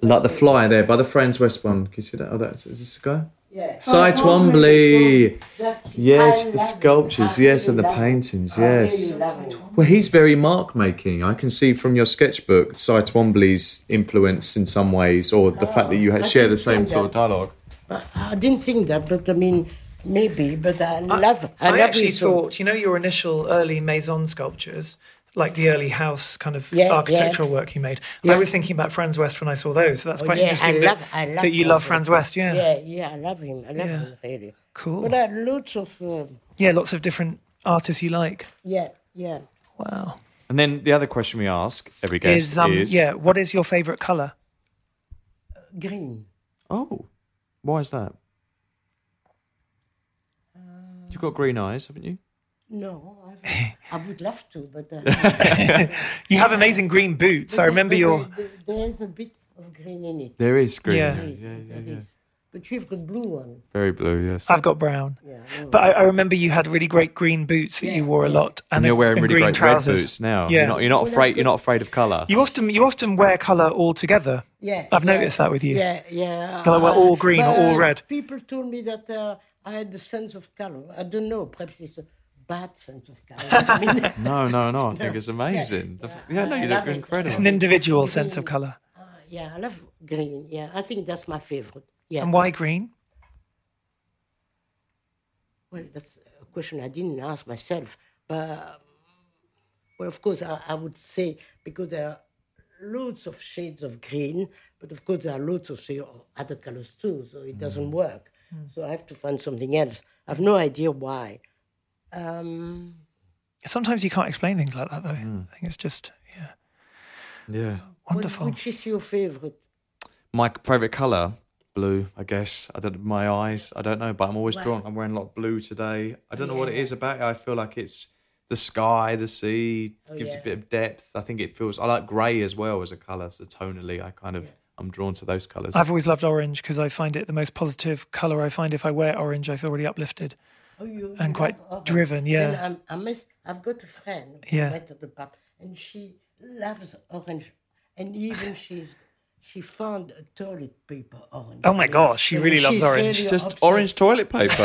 Speaker 5: Like the fly there by the Friends West one. Can you see that? Oh, that's is this the guy?
Speaker 7: Yeah. Oh,
Speaker 5: Cy Twombly.
Speaker 7: That's-
Speaker 5: Yes,
Speaker 7: I
Speaker 5: the
Speaker 7: love it.
Speaker 5: sculptures.
Speaker 7: I
Speaker 5: Yes, and
Speaker 7: really
Speaker 5: the
Speaker 7: love it.
Speaker 5: paintings.
Speaker 7: I
Speaker 5: Yes.
Speaker 7: really love it.
Speaker 5: Well, he's very mark making. I can see from your sketchbook Cy Twombly's influence in some ways, or the fact that you ha-
Speaker 7: Oh, I
Speaker 5: share the
Speaker 7: can
Speaker 5: same
Speaker 7: see
Speaker 5: sort of
Speaker 7: that.
Speaker 5: dialogue.
Speaker 7: But I didn't think that, but I mean, maybe, but I
Speaker 6: I-
Speaker 7: love I,
Speaker 6: I,
Speaker 7: love
Speaker 6: actually
Speaker 7: his work.
Speaker 6: thought, you know, your initial early Maison sculptures, like the early house kind of
Speaker 7: Yeah,
Speaker 6: architectural work you made. I was thinking about Franz West when I saw those, so that's
Speaker 7: Oh,
Speaker 6: quite
Speaker 7: yeah, I
Speaker 6: interesting. that,
Speaker 7: love- I love
Speaker 6: that you
Speaker 7: Franz
Speaker 6: love
Speaker 7: West.
Speaker 6: Franz West, yeah.
Speaker 7: Yeah, yeah, I love him. I love
Speaker 6: Yeah.
Speaker 7: him really.
Speaker 6: Cool.
Speaker 7: But I had lots of uh,
Speaker 6: Yeah, lots of different artists you like.
Speaker 7: yeah, yeah.
Speaker 6: Wow.
Speaker 5: And then the other question we ask every guest
Speaker 6: is um yeah, what is your favorite color?
Speaker 7: Green.
Speaker 5: Oh, why is that?
Speaker 7: Uh,
Speaker 5: You've got green eyes, haven't you?
Speaker 7: No,
Speaker 6: <laughs>
Speaker 7: I, I would love to, but uh,
Speaker 6: You have amazing green boots. <laughs> I remember your
Speaker 7: there- there's a bit of green in it.
Speaker 5: There is green.
Speaker 6: Yeah.
Speaker 7: There is, there is. But you've got blue one.
Speaker 5: Very blue, yes.
Speaker 6: I've got brown.
Speaker 7: Yeah, no.
Speaker 6: But I, I remember you had really great green boots that you wore a lot, and,
Speaker 5: and
Speaker 6: a-
Speaker 5: you're wearing
Speaker 6: and
Speaker 5: really
Speaker 6: green
Speaker 5: great red
Speaker 6: trousers.
Speaker 5: boots now.
Speaker 6: Yeah,
Speaker 5: You're not, you're not afraid. You're not afraid of colour.
Speaker 6: you often you often wear color all together.
Speaker 7: yeah,
Speaker 6: I've
Speaker 7: yeah,
Speaker 6: noticed that with you.
Speaker 7: Yeah, yeah.
Speaker 6: Colour, well, all green or all
Speaker 7: but
Speaker 6: red.
Speaker 7: People told me that uh, I had the sense of color. I don't know. Perhaps it's a bad sense of color.
Speaker 6: <laughs>
Speaker 7: I mean,
Speaker 5: No, no, no. I think it's amazing. The f- Yeah, no, you look
Speaker 7: love it.
Speaker 6: It's an
Speaker 5: incredible.
Speaker 6: individual sense of color.
Speaker 7: uh, yeah, I love green. Yeah, I think that's my favorite. Yeah.
Speaker 6: And why green?
Speaker 7: Well, that's a question I didn't ask myself. But, um, well, of course, I, I would say because there are loads of shades of green, but of course, there are loads of say, other colors too, so it doesn't work. So I have to find something else. I've no idea why. Um,
Speaker 6: Sometimes you can't explain things like that, though. I think it's just yeah,
Speaker 5: Yeah.
Speaker 7: what-
Speaker 6: wonderful.
Speaker 7: which is your favorite?
Speaker 5: My favourite colour, blue. I guess. I don't. My eyes. I don't know, but I'm always drawn. I'm wearing a lot of blue today. I don't know what it is about it. I feel like it's the sky, the sea
Speaker 7: Oh,
Speaker 5: gives a bit of depth. I think it feels. I like grey as well as a colour. So tonally, I kind of. I'm drawn to those colours.
Speaker 6: I've always loved orange because I find it the most positive color. I find if I wear orange, I feel really uplifted
Speaker 7: Oh, you,
Speaker 6: and
Speaker 7: you
Speaker 6: quite
Speaker 7: love- oh,
Speaker 6: driven.
Speaker 7: Well,
Speaker 6: Yeah,
Speaker 7: I'm- I miss, I've got a friend who
Speaker 6: Yeah.
Speaker 7: met at the pub, and she loves orange, and even she's she found a toilet paper orange.
Speaker 6: Oh my gosh, she
Speaker 7: And
Speaker 6: really loves
Speaker 7: she's
Speaker 6: orange.
Speaker 7: really
Speaker 5: Just
Speaker 7: obsessed.
Speaker 5: orange toilet
Speaker 7: <laughs>
Speaker 5: paper.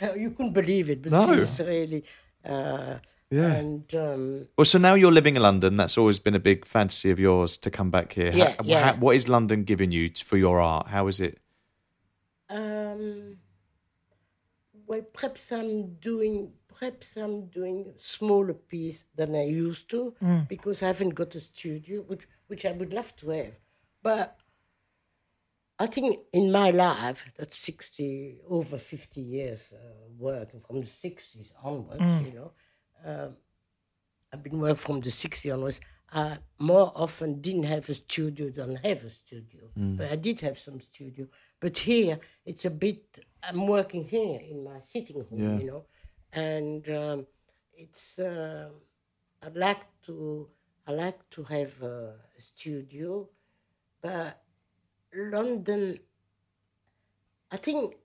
Speaker 7: Uh, You couldn't believe it, but
Speaker 5: No.
Speaker 7: she's really. Uh,
Speaker 5: Yeah.
Speaker 7: And um,
Speaker 5: Well, so now you're living in London. That's always been a big fantasy of yours to come back here.
Speaker 7: Yeah,
Speaker 5: how,
Speaker 7: yeah.
Speaker 5: How, what is London giving you t- for your art? How is it?
Speaker 7: um, well, perhaps I'm doing perhaps I'm doing smaller piece than I used to because I haven't got a studio, which which I would love to have, but. I think in my life, that's 60, over 50 years uh, working from the 60s onwards, you know, um, I've been working from the 60s onwards. I more often didn't have a studio than have a studio. But I did have some studio. But here, it's a bit, I'm working here in my sitting room,
Speaker 5: Yeah.
Speaker 7: you know, and um, it's, uh, I'd like to, I like to have a studio, but London, I think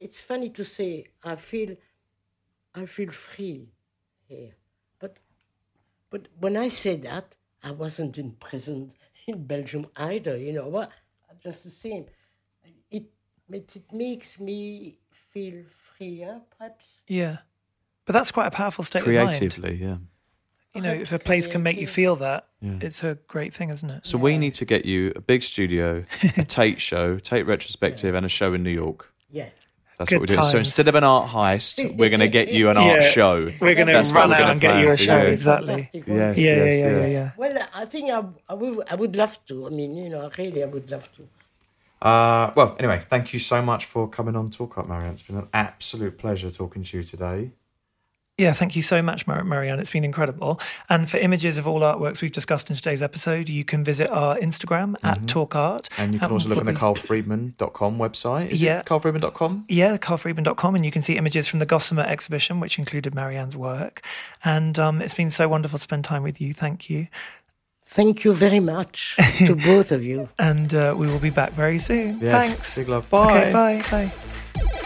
Speaker 7: it's funny to say, I feel I feel free here. But, but when I say that, I wasn't in prison in Belgium either, you know, but just the same. It, it, it makes me feel freer, perhaps.
Speaker 6: Yeah. But that's quite a powerful state of mind.
Speaker 4: Creatively, yeah.
Speaker 6: You know, if a place can make you feel that, it's a great thing, isn't it?
Speaker 4: So we need to get you a big studio,
Speaker 6: <laughs>
Speaker 4: a Tate show, Tate retrospective, and a show in New York.
Speaker 7: Yeah.
Speaker 4: That's
Speaker 6: Good
Speaker 4: what we're doing. So
Speaker 6: times.
Speaker 4: instead of an art heist, we're going to get
Speaker 6: <laughs>
Speaker 4: you an art
Speaker 6: Yeah.
Speaker 4: show.
Speaker 6: We're going to
Speaker 4: That's what
Speaker 6: run
Speaker 4: we're
Speaker 6: out
Speaker 4: gonna
Speaker 6: and get you
Speaker 4: plan
Speaker 6: a show.
Speaker 4: for you.
Speaker 6: Exactly.
Speaker 7: Fantastic one.
Speaker 4: Yes,
Speaker 6: Yeah, yeah,
Speaker 4: yes,
Speaker 6: yeah, yeah,
Speaker 4: yes.
Speaker 6: yeah.
Speaker 7: Well, I think I, I, would, I would love to. I mean, you know, really, I would love to.
Speaker 5: Uh, well, anyway, thank you so much for coming on Talk Up, Marianne. It's been an absolute pleasure talking to you today.
Speaker 6: Yeah, thank you so much, Mar- Marianne. It's been incredible. And for images of all artworks we've discussed in today's episode, you can visit our Instagram at Talk Art.
Speaker 5: Mm-hmm. And you can
Speaker 6: Um,
Speaker 5: also look on the carlfriedman.com website. Is
Speaker 6: Yeah.
Speaker 5: it carlfriedman.com?
Speaker 6: yeah, carlfreeman.com, and you can see images from the Gossamer exhibition, which included Marianne's work. And um, it's been so wonderful to spend time with you. Thank you.
Speaker 7: Thank you very much
Speaker 6: <laughs>
Speaker 7: to both of you.
Speaker 6: And uh, we will be back very soon. Thanks.
Speaker 5: Big love.
Speaker 6: Okay, bye. Bye.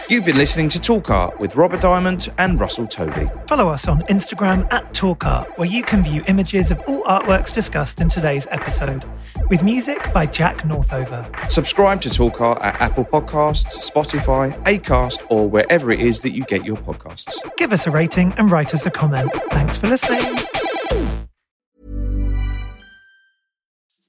Speaker 4: You've been listening to Talk Art with Robert Diamond and Russell Tovey.
Speaker 6: Follow us on Instagram at TalkArt, where you can view images of all artworks discussed in today's episode, with music by Jack Northover.
Speaker 4: Subscribe to Talk Art at Apple Podcasts, Spotify, Acast, or wherever it is that you get your podcasts.
Speaker 6: Give us a rating and write us a comment. Thanks for listening.